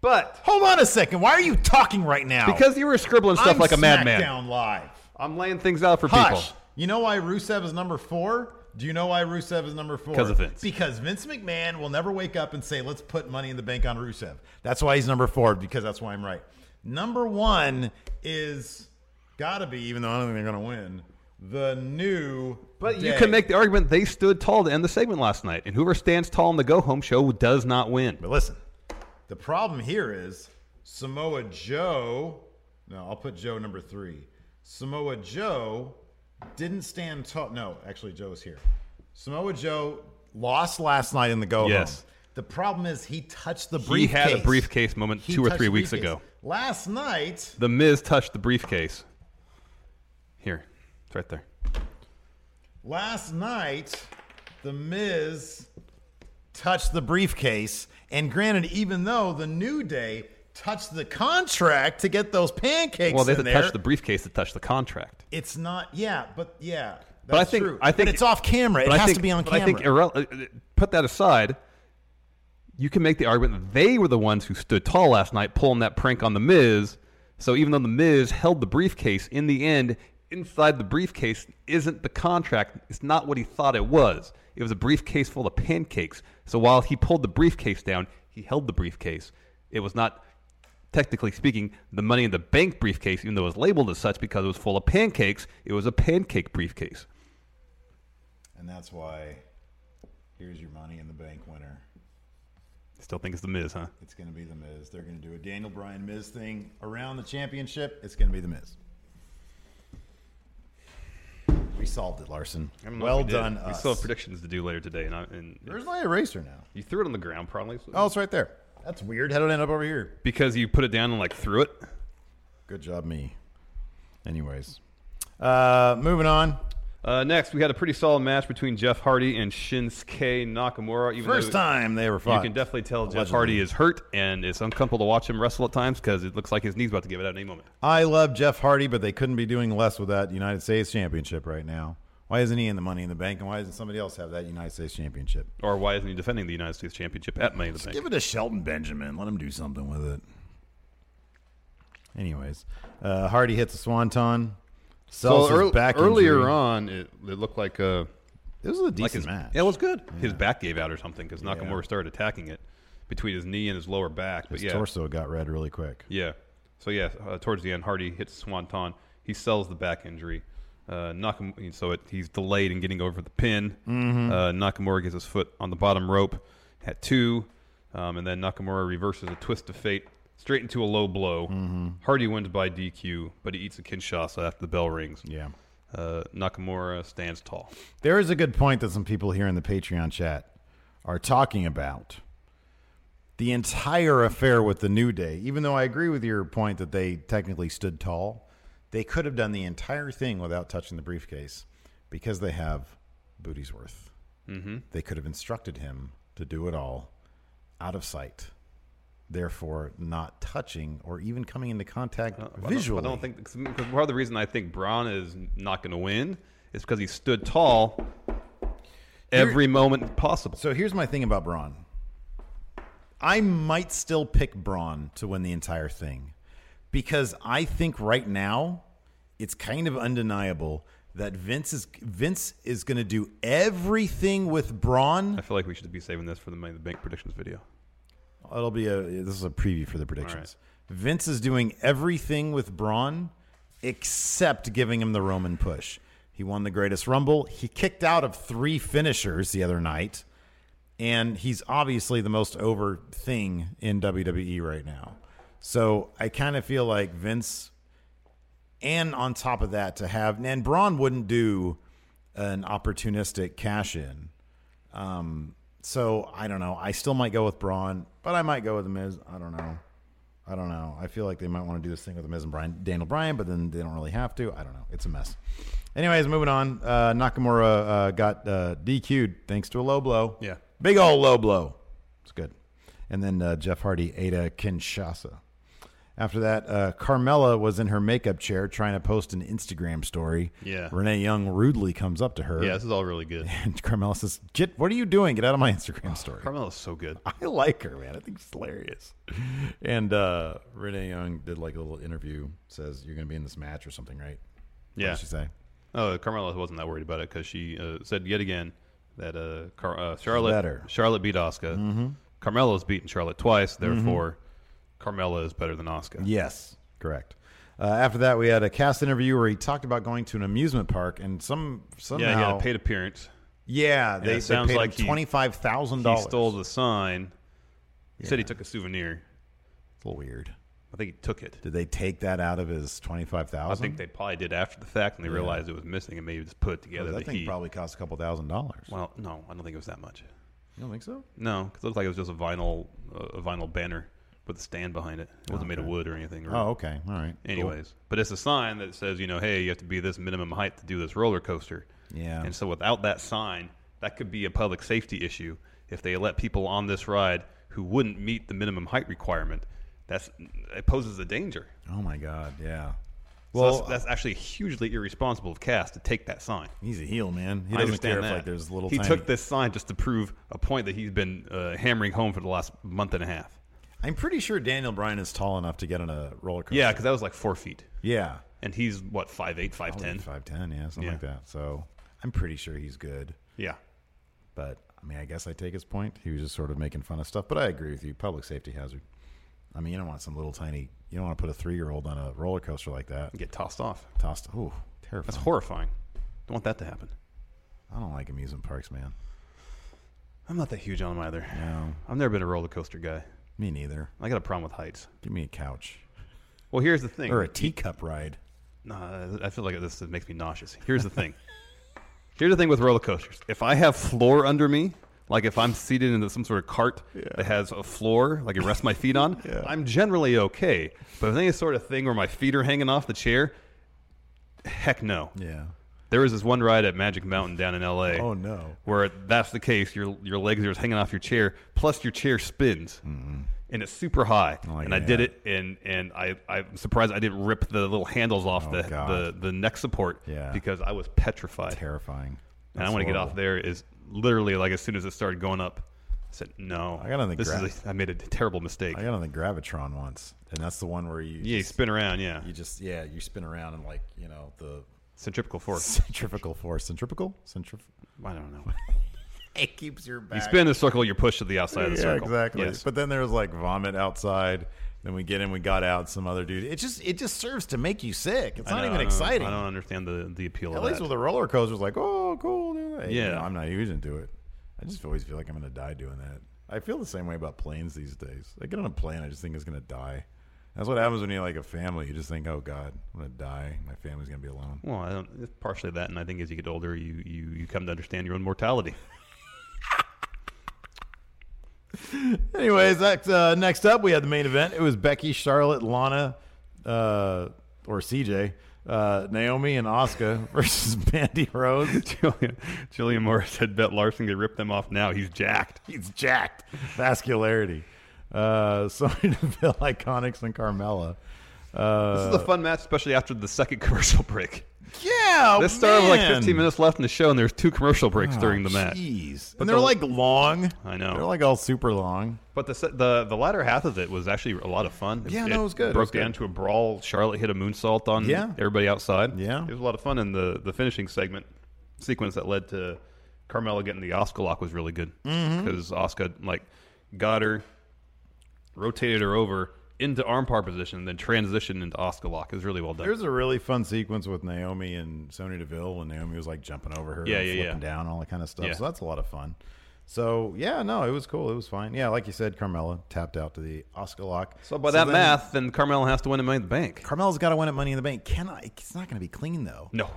Speaker 7: but,
Speaker 6: Hold on a second. Why are you talking right now?
Speaker 7: because you were scribbling stuff
Speaker 6: I'm
Speaker 7: like a madman.
Speaker 6: SmackDown live.
Speaker 7: I'm laying things out for
Speaker 6: Hush.
Speaker 7: people.
Speaker 6: You know why Rusev is number four? Do you know why Rusev is number four?
Speaker 7: 'Cause of Vince.
Speaker 6: Because Vince McMahon will never wake up and say, let's put money in the bank on Rusev. That's why he's number four, because that's why I'm right. Number one is gotta be, even though I don't think they're gonna win, the new
Speaker 7: But you
Speaker 6: day.
Speaker 7: can make the argument they stood tall to end the segment last night, and whoever stands tall in the go home show does not win.
Speaker 6: But listen, the problem here is Samoa Joe. No, I'll put Joe number three. Samoa Joe didn't stand tall. No, actually, Joe's here. Samoa Joe lost last night in the go
Speaker 7: Yes.
Speaker 6: home. The problem is he touched the
Speaker 7: He
Speaker 6: briefcase.
Speaker 7: had a briefcase moment
Speaker 6: He
Speaker 7: two or
Speaker 6: touched
Speaker 7: three
Speaker 6: the
Speaker 7: weeks
Speaker 6: briefcase.
Speaker 7: ago.
Speaker 6: Last night,
Speaker 7: The Miz touched the briefcase. Here, it's right there.
Speaker 6: last night, the Miz touched the briefcase. And granted, even though the New Day touched the contract to get those pancakes
Speaker 7: Well, they
Speaker 6: in
Speaker 7: had to
Speaker 6: there,
Speaker 7: touch the briefcase to touch the contract.
Speaker 6: It's not. Yeah, but yeah. That's
Speaker 7: But I think
Speaker 6: true.
Speaker 7: I think
Speaker 6: but it's off camera. It
Speaker 7: but I
Speaker 6: has
Speaker 7: think-
Speaker 6: to be on
Speaker 7: but
Speaker 6: camera.
Speaker 7: I think irrel- uh, put that aside. You can make the argument that they were the ones who stood tall last night, pulling that prank on the Miz. So even though the Miz held the briefcase, in the end, inside the briefcase isn't the contract. It's not what he thought it was. It was a briefcase full of pancakes. So while he pulled the briefcase down, he held the briefcase. It was not technically speaking, the money in the bank briefcase, even though it was labeled as such because it was full of pancakes, it was a pancake briefcase.
Speaker 6: and that's why. Here's your money in the bank winner.
Speaker 7: Still think it's the Miz, huh?
Speaker 6: It's going to be the Miz. They're going to do a Daniel Bryan Miz thing around the championship. It's going to be the Miz. We solved it, Larson. Well done.
Speaker 7: We
Speaker 6: us.
Speaker 7: still have predictions to do later today, and, I, and
Speaker 6: Where's my eraser now?
Speaker 7: you threw it on the ground, probably. so-
Speaker 6: Oh, it's right there. That's weird. How did it end up over here?
Speaker 7: because you put it down and like threw it.
Speaker 6: Good job, me. Anyways, uh, moving on.
Speaker 7: Uh, next, we had a pretty solid match between Jeff Hardy and Shinsuke Nakamura. Even
Speaker 6: First
Speaker 7: though
Speaker 6: time they ever
Speaker 7: you
Speaker 6: fought.
Speaker 7: can definitely tell Jeff
Speaker 6: Allegedly.
Speaker 7: Hardy is hurt, and it's uncomfortable to watch him wrestle at times because it looks like his knee's about to give it out at any moment.
Speaker 6: I love Jeff Hardy, but they couldn't be doing less with that United States Championship right now. Why isn't he in the Money in the Bank, and why doesn't somebody else have that United States Championship?
Speaker 7: Or why isn't he defending the United States Championship at Money in the Bank?
Speaker 6: Give it to Shelton Benjamin. Let him do something with it. Anyways, uh, Hardy hits a swanton. Sells his
Speaker 7: earl-
Speaker 6: back
Speaker 7: earlier
Speaker 6: injury.
Speaker 7: on, it, it looked like uh,
Speaker 6: This was a decent
Speaker 7: like his,
Speaker 6: match.
Speaker 7: Yeah, it was good. His back gave out or something because Nakamura
Speaker 6: Yeah.
Speaker 7: started attacking it between his knee and his lower back. But
Speaker 6: his
Speaker 7: yeah,
Speaker 6: torso got red really quick.
Speaker 7: yeah. So yeah, uh, towards the end, Hardy hits Swanton. He sells the back injury. Uh, Nakam- so it, he's delayed in getting over the pin.
Speaker 6: Mm-hmm.
Speaker 7: Uh, Nakamura gets his foot on the bottom rope at two, um, and then Nakamura reverses a twist of fate straight into a low blow.
Speaker 6: Mm-hmm.
Speaker 7: Hardy wins by DQ, but he eats a Kinshasa after the bell rings.
Speaker 6: Yeah.
Speaker 7: Uh, Nakamura stands tall.
Speaker 6: There is a good point that some people here in the Patreon chat are talking about. The entire affair with the New Day, even though I agree with your point that they technically stood tall, they could have done the entire thing without touching the briefcase because they have booty's worth. Mm-hmm. They could have instructed him to do it all out of sight, therefore not touching or even coming into contact visually.
Speaker 7: Uh, I don't think cause part of the reason I think Braun is not going to win is because he stood tall every moment possible.
Speaker 6: So here's my thing about Braun. I might still pick Braun to win the entire thing because I think right now it's kind of undeniable that Vince is Vince is going to do everything with Braun.
Speaker 7: I feel like we should be saving this for the Money in the Bank predictions video.
Speaker 6: It'll be a this is a preview for the predictions. Vince is doing everything with Braun except giving him the Roman push. He won the greatest rumble. He kicked out of three finishers the other night. And he's obviously the most over thing in WWE right now. So I kind of feel like Vince and on top of that to have and Braun wouldn't do an opportunistic cash in. Um, so I don't know. I still might go with Braun, but I might go with the Miz. I don't know. I don't know. I feel like they might want to do this thing with the Miz and Brian Daniel Bryan, but then they don't really have to. I don't know. It's a mess. Anyways, moving on. Uh, Nakamura uh, got uh, DQ'd thanks to a low blow.
Speaker 7: Yeah.
Speaker 6: big old low blow. It's good. And then uh, Jeff Hardy ate a Kinshasa. After that, uh, Carmella was in her makeup chair trying to post an Instagram story.
Speaker 7: Yeah.
Speaker 6: Renee Young rudely comes up to her.
Speaker 7: Yeah, this is all really good.
Speaker 6: And Carmella says, "Jit, what are you doing? Get out of my Instagram story."
Speaker 7: Carmella's so good.
Speaker 6: I like her, man. I think she's hilarious. And uh, Renee Young did like a little interview. Says you're going to be in this match or something, right? What
Speaker 7: Yeah.
Speaker 6: did she say?
Speaker 7: Oh, Carmella wasn't that worried about it because she uh, said yet again that uh, Car- uh, Charlotte
Speaker 6: better.
Speaker 7: Charlotte beat Oscar. Mm-hmm. Carmella's beaten Charlotte twice,
Speaker 6: Mm-hmm.
Speaker 7: therefore Carmella is better than Oscar.
Speaker 6: Yes, correct. Uh, after that, we had a cast interview where he talked about going to an amusement park, and some somehow,
Speaker 7: yeah, he had a paid appearance.
Speaker 6: yeah,
Speaker 7: it
Speaker 6: they, they
Speaker 7: sounds
Speaker 6: paid
Speaker 7: like he-
Speaker 6: him twenty five thousand
Speaker 7: He
Speaker 6: dollars.
Speaker 7: stole the sign. He said he took a souvenir.
Speaker 6: It's a little weird.
Speaker 7: I think he took it.
Speaker 6: Did they take that out of his twenty five
Speaker 7: I
Speaker 6: thousand?
Speaker 7: think they probably did after the fact, and they realized it was missing, and maybe just put it together.
Speaker 6: that
Speaker 7: that
Speaker 6: thing
Speaker 7: he-
Speaker 6: probably cost a couple thousand dollars.
Speaker 7: Well, no, I don't think it was that much.
Speaker 6: You don't think so?
Speaker 7: No, 'cause it looked like it was just a vinyl, uh, a vinyl banner with a stand behind it. It wasn't made of wood or anything. or-
Speaker 6: Oh, okay, all right. Cool.
Speaker 7: Anyways, but it's a sign that says, you know, hey, you have to be this minimum height to do this roller coaster.
Speaker 6: Yeah.
Speaker 7: And so without that sign, that could be a public safety issue. If they let people on this ride who wouldn't meet the minimum height requirement, that's it poses a danger.
Speaker 6: Oh my God, yeah.
Speaker 7: Well,
Speaker 6: Well,
Speaker 7: that's, that's actually hugely irresponsible of Cass to take that sign.
Speaker 6: uh, he's a heel, man. He
Speaker 7: I
Speaker 6: doesn't
Speaker 7: understand
Speaker 6: care
Speaker 7: that.
Speaker 6: if like there's little.
Speaker 7: he
Speaker 6: tiny-
Speaker 7: took this sign just to prove a point that he's been uh, hammering home for the last month and a half.
Speaker 6: I'm pretty sure Daniel Bryan is tall enough to get on a roller coaster.
Speaker 7: Yeah, because that was like four feet,
Speaker 6: yeah,
Speaker 7: and he's what five eight, five ten.
Speaker 6: five ten, yeah, something
Speaker 7: Yeah.
Speaker 6: like that. So I'm pretty sure he's good.
Speaker 7: Yeah,
Speaker 6: But I mean, I guess I take his point. He was just sort of making fun of stuff. But I agree with you. Public safety hazard. I mean, you don't want some little tiny. You don't want to put a three year old on a roller coaster like that.
Speaker 7: get tossed off.
Speaker 6: Tossed. Oh, terrifying.
Speaker 7: That's horrifying. Don't want that to happen.
Speaker 6: I don't like amusement parks, man.
Speaker 7: I'm not that huge on them either.
Speaker 6: No,
Speaker 7: I've never been a roller coaster guy.
Speaker 6: me neither.
Speaker 7: I got a problem with heights.
Speaker 6: Give me a couch
Speaker 7: Well, here's the thing.
Speaker 6: or a teacup ride.
Speaker 7: Nah, I feel like this makes me nauseous. Here's the thing. Here's the thing with roller coasters. If I have floor under me Like if I'm seated into some sort of cart that has a floor, like I rest my feet on, I'm generally okay. But if any sort of thing where my feet are hanging off the chair, heck no.
Speaker 6: Yeah.
Speaker 7: There was this one ride at Magic Mountain down in L.A.
Speaker 6: Oh, no.
Speaker 7: Where that's the case, your your legs are just hanging off your chair. Plus your chair spins,
Speaker 6: Mm-hmm.
Speaker 7: and it's super high.
Speaker 6: like
Speaker 7: and I
Speaker 6: that.
Speaker 7: did it, and and I I'm surprised I didn't rip the little handles off the,
Speaker 6: Oh, God.
Speaker 7: the the neck support.
Speaker 6: Yeah.
Speaker 7: because I was petrified.
Speaker 6: Terrifying.
Speaker 7: and I
Speaker 6: That's
Speaker 7: want to get
Speaker 6: horrible.
Speaker 7: off there is literally like as soon as it started going up, I said no.
Speaker 6: I got on the
Speaker 7: this
Speaker 6: gra-
Speaker 7: is a, I made a terrible mistake.
Speaker 6: I got on the Gravitron once, and that's the one where you
Speaker 7: yeah, you
Speaker 6: just,
Speaker 7: spin around. Yeah,
Speaker 6: you just yeah you spin around and like you know the
Speaker 7: centripetal force.
Speaker 6: centrifugal force centrifugal centrif
Speaker 7: I don't know.
Speaker 6: it keeps your back
Speaker 7: You spin the circle, you're pushed to the outside of the
Speaker 6: yeah,
Speaker 7: circle.
Speaker 6: exactly.
Speaker 7: Yes.
Speaker 6: But then there was like vomit outside. Then we get in, we got out. Some other dude. It just it just serves to make you sick. It's
Speaker 7: I
Speaker 6: not
Speaker 7: know,
Speaker 6: even
Speaker 7: I don't-
Speaker 6: exciting.
Speaker 7: I don't understand the the appeal
Speaker 6: At
Speaker 7: of
Speaker 6: least
Speaker 7: that.
Speaker 6: with a roller coaster, it's like oh cool. do that.
Speaker 7: Yeah.
Speaker 6: No, I'm not even into it. I just always feel like I'm gonna die doing that. I feel the same way about planes these days. I get on a plane, I just think it's gonna die. That's what happens when you're like a family. You just think, oh god, I'm gonna die. My family's gonna be alone.
Speaker 7: Well, I don't, it's partially that, and I think as you get older, you you, you come to understand your own mortality.
Speaker 6: Anyways, next, uh, next up, we had the main event. It was Becky, Charlotte, Lana, uh, or CJ, uh, Naomi, and Oscar versus Mandy Rose.
Speaker 7: Julian, Julian Morris said, "Bet Larson could rip them off now. He's jacked."
Speaker 6: He's jacked. Vascularity. Uh, Sonya Deville, Iconics, and Carmella. Uh,
Speaker 7: This is a fun match, especially after the second commercial break. Oh,
Speaker 6: yeah,
Speaker 7: This started with like
Speaker 6: man. Oh,
Speaker 7: 15 minutes left in the show, and there's two commercial breaks during the match.
Speaker 6: Jeez.
Speaker 7: But
Speaker 6: And they're
Speaker 7: the-
Speaker 6: like long.
Speaker 7: I know.
Speaker 6: They're like all super long.
Speaker 7: But the, se- the the latter half of it was actually a lot of fun. It-
Speaker 6: Yeah, no, it was good. It
Speaker 7: Broke
Speaker 6: was good.
Speaker 7: down to a brawl. Charlotte hit a moonsault on
Speaker 6: Yeah.
Speaker 7: everybody outside.
Speaker 6: Yeah.
Speaker 7: it was a lot of fun. And the the finishing segment sequence that led to Carmella getting the Oscar lock was really good
Speaker 6: Mm-hmm.
Speaker 7: because Oscar like got her, rotated her over into armbar position, then transitioned into Oscar lock. It was really well done.
Speaker 6: There's a really fun sequence with Naomi and Sonya Deville when Naomi was like jumping over her,
Speaker 7: Yeah,
Speaker 6: and
Speaker 7: yeah,
Speaker 6: flipping
Speaker 7: yeah.
Speaker 6: down, all that kind of stuff.
Speaker 7: Yeah.
Speaker 6: So that's a lot of fun. So yeah, no, it was cool. It was fine. Yeah, like you said, Carmella tapped out to the Oscar lock.
Speaker 7: so by that
Speaker 6: then
Speaker 7: math, then Carmella has to win a Money in the Bank.
Speaker 6: Carmella's got to win at Money in the Bank. Can I? It's not going to be clean though.
Speaker 7: No,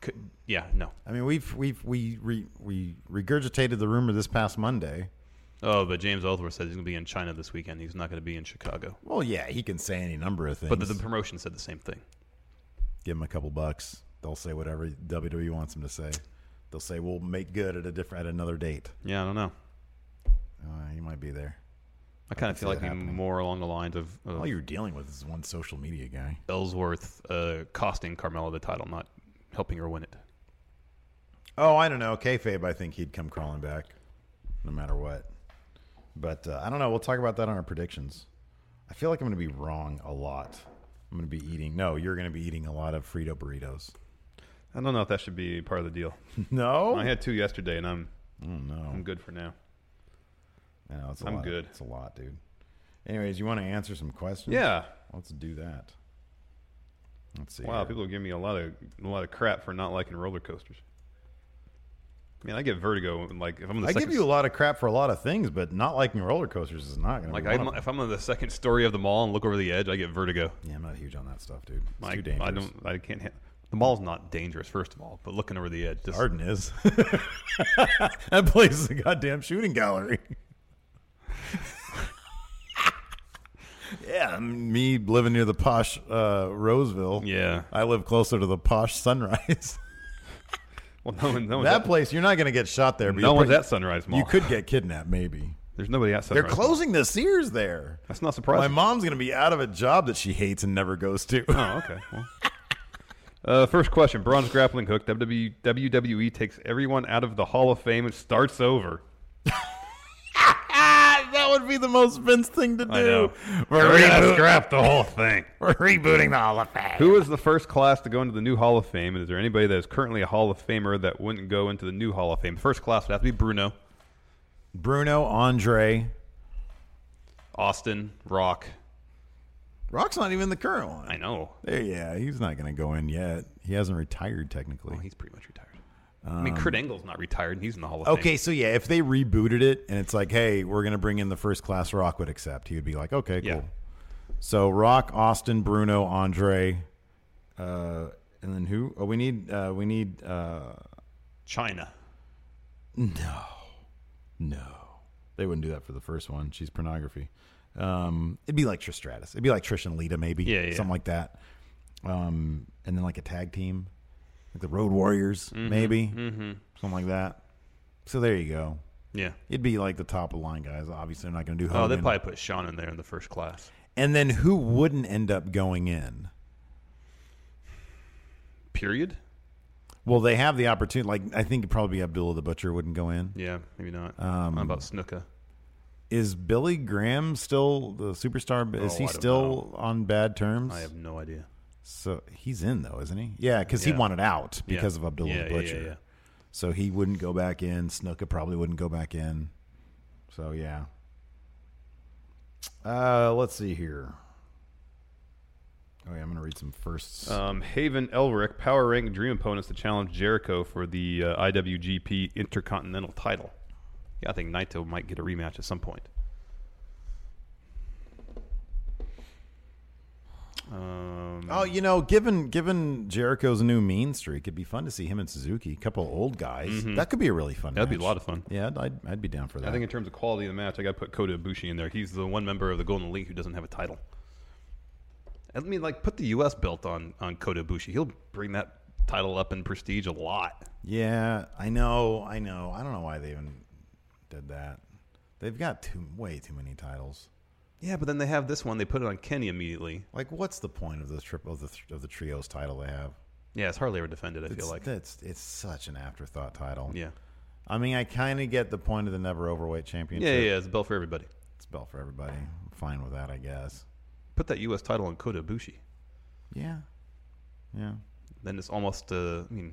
Speaker 7: Could, yeah, no.
Speaker 6: I mean, we've we've we re, we regurgitated the rumor this past Monday.
Speaker 7: Oh, but James Ellsworth says he's going to be in China this weekend. He's not going to be in Chicago.
Speaker 6: Well, yeah, he can say any number of things.
Speaker 7: But the, the promotion said the same thing.
Speaker 6: give them a couple bucks, they'll say whatever WWE wants them to say. They'll say we'll make good at a different at another date.
Speaker 7: Yeah, I don't know.
Speaker 6: Uh, he might be there.
Speaker 7: I kind of feel
Speaker 6: see
Speaker 7: like
Speaker 6: that
Speaker 7: I'm
Speaker 6: happening.
Speaker 7: more along the lines of, of
Speaker 6: All you're dealing with is one social media guy.
Speaker 7: Ellsworth uh, costing Carmella the title, not helping her win it.
Speaker 6: Oh, I don't know. Kayfabe, I think he'd come crawling back, no matter what. But uh, I don't know. We'll talk about that on our predictions. I feel like I'm going to be wrong a lot. I'm going to be eating. No, you're going to be eating a lot of Frito burritos.
Speaker 7: I don't know if that should be part of the deal.
Speaker 6: No,
Speaker 7: I had two yesterday, and I'm
Speaker 6: oh,
Speaker 7: I'm
Speaker 6: no.
Speaker 7: good for now.
Speaker 6: no it's a
Speaker 7: I'm
Speaker 6: lot.
Speaker 7: good.
Speaker 6: It's a lot, dude. Anyways, you want to answer some questions?
Speaker 7: Yeah.
Speaker 6: Let's do that. Let's see.
Speaker 7: Wow,
Speaker 6: here.
Speaker 7: people give me a lot of a lot of crap for not liking roller coasters. I mean, I get vertigo. and, Like if I'm on the
Speaker 6: I
Speaker 7: second,
Speaker 6: give you a lot of crap for a lot of things, but not liking roller coasters is not going to
Speaker 7: like
Speaker 6: be one
Speaker 7: I'm,
Speaker 6: of them.
Speaker 7: if I'm on the second story of the mall and look over the edge, I get vertigo.
Speaker 6: Yeah, I'm not huge on that stuff, dude. It's
Speaker 7: I,
Speaker 6: too dangerous.
Speaker 7: I don't. I can't. ha- The mall's not dangerous, first of all, but looking over the edge, just,
Speaker 6: Arden is. that place is a goddamn shooting gallery. yeah, me living near the posh uh, Roseville.
Speaker 7: Yeah.
Speaker 6: I live closer to the posh Sunrise.
Speaker 7: Well, no one, no one's
Speaker 6: that
Speaker 7: at-
Speaker 6: place, you're not going to get shot there. but
Speaker 7: No
Speaker 6: you
Speaker 7: one's
Speaker 6: put-
Speaker 7: at Sunrise Mall.
Speaker 6: You could get kidnapped, maybe.
Speaker 7: There's nobody at
Speaker 6: They're
Speaker 7: Sunrise. Mall.
Speaker 6: closing the Sears there.
Speaker 7: That's not
Speaker 6: My
Speaker 7: surprising.
Speaker 6: mom's going to be out of a job that she hates and never goes to.
Speaker 7: Oh, okay. Well. Uh, first question: Bronze grappling hook. WWE, WWE E takes everyone out of the Hall of Fame and starts over.
Speaker 6: ah, that would be the most Vince thing to do. We're,
Speaker 7: We're gonna
Speaker 6: reboot-
Speaker 7: scrap the whole thing.
Speaker 6: we're rebooting the Hall of Fame.
Speaker 7: Who is the first class to go into the new Hall of Fame? And is there anybody that is currently a Hall of Famer that wouldn't go into the new Hall of Fame? First class would have to be Bruno,
Speaker 6: Bruno, Andre.
Speaker 7: Austin, Rock.
Speaker 6: Rock's not even the current one.
Speaker 7: I know.
Speaker 6: There, yeah, he's not going to go in yet. He hasn't retired technically.
Speaker 7: Well, he's pretty much retired. I mean, Kurt Angle's not retired, and he's in the Hall of Fame.
Speaker 6: okay, so yeah, if they rebooted it and it's like, hey, we're going to bring in the first class Rock would accept, he would be like, okay, cool.
Speaker 7: Yeah.
Speaker 6: So Rock, Austin, Bruno, Andre, uh, and then who? Oh, we need uh, we need uh,
Speaker 7: China.
Speaker 6: No, they wouldn't do that for the first one. She's pornography. Um, it'd be like Trish Stratus. It'd be like Trish and Lita, maybe.
Speaker 7: Yeah, yeah.
Speaker 6: something like that. Um, and then like a tag team, like the Road Warriors, maybe mm-hmm. something like that. So there you go.
Speaker 7: Yeah.
Speaker 6: It'd be like the top of the line guys. Obviously, they're not going to do.
Speaker 7: Oh,
Speaker 6: Hogan.
Speaker 7: they'd probably put Sean in there in the first class.
Speaker 6: And then who wouldn't end up going in?
Speaker 7: Period.
Speaker 6: Well, they have the opportunity. Like I think probably Abdullah the Butcher wouldn't go in.
Speaker 7: Yeah, maybe not.
Speaker 6: Um,
Speaker 7: How about Snuka?
Speaker 6: Is Billy Graham still the superstar? Is
Speaker 7: Oh,
Speaker 6: he
Speaker 7: I don't
Speaker 6: still on bad terms?
Speaker 7: I have no idea.
Speaker 6: So he's in though, isn't he? Yeah, because
Speaker 7: Yeah.
Speaker 6: he wanted out
Speaker 7: Yeah.
Speaker 6: because of Abdullah
Speaker 7: Yeah,
Speaker 6: the
Speaker 7: yeah, yeah,
Speaker 6: Butcher.
Speaker 7: yeah.
Speaker 6: So he wouldn't go back in. Snuka probably wouldn't go back in. So yeah. Uh, let's see here. Oh yeah, I'm gonna read some firsts.
Speaker 7: Um, Haven Elric power rank dream opponents to challenge Jericho for the uh, IWGP Intercontinental title. Yeah, I think Naito might get a rematch at some point. Um,
Speaker 6: Oh, you know, given given Jericho's new mean streak, it'd be fun to see him and Suzuki, a couple old guys. That could be a really fun.
Speaker 7: Mm-hmm. That'd be a
Speaker 6: match.
Speaker 7: lot of fun.
Speaker 6: Yeah, I'd, I'd, I'd be down for that.
Speaker 7: I think in terms of quality of the match, I got to put Kota Ibushi in there. He's the one member of the Golden League who doesn't have a title. I mean, like, put the U.S. belt on on Kota Ibushi. He'll bring that title up in prestige a lot.
Speaker 6: yeah, I know, I know. I don't know why they even did that. They've got too way too many titles.
Speaker 7: Yeah, but then they have this one. They put it on Kenny immediately.
Speaker 6: Like, what's the point of the trip of the of the trios title they have?
Speaker 7: Yeah, it's hardly ever defended. I
Speaker 6: It's,
Speaker 7: feel like.
Speaker 6: it's it's such an afterthought title.
Speaker 7: Yeah.
Speaker 6: I mean, I kind of get the point of the never overweight championship.
Speaker 7: Yeah, yeah, yeah, it's a belt for everybody.
Speaker 6: It's a belt for everybody. I'm fine with that, I guess.
Speaker 7: Put that U.S. title on Kota Ibushi.
Speaker 6: Yeah, yeah.
Speaker 7: Then it's almost, uh, I mean,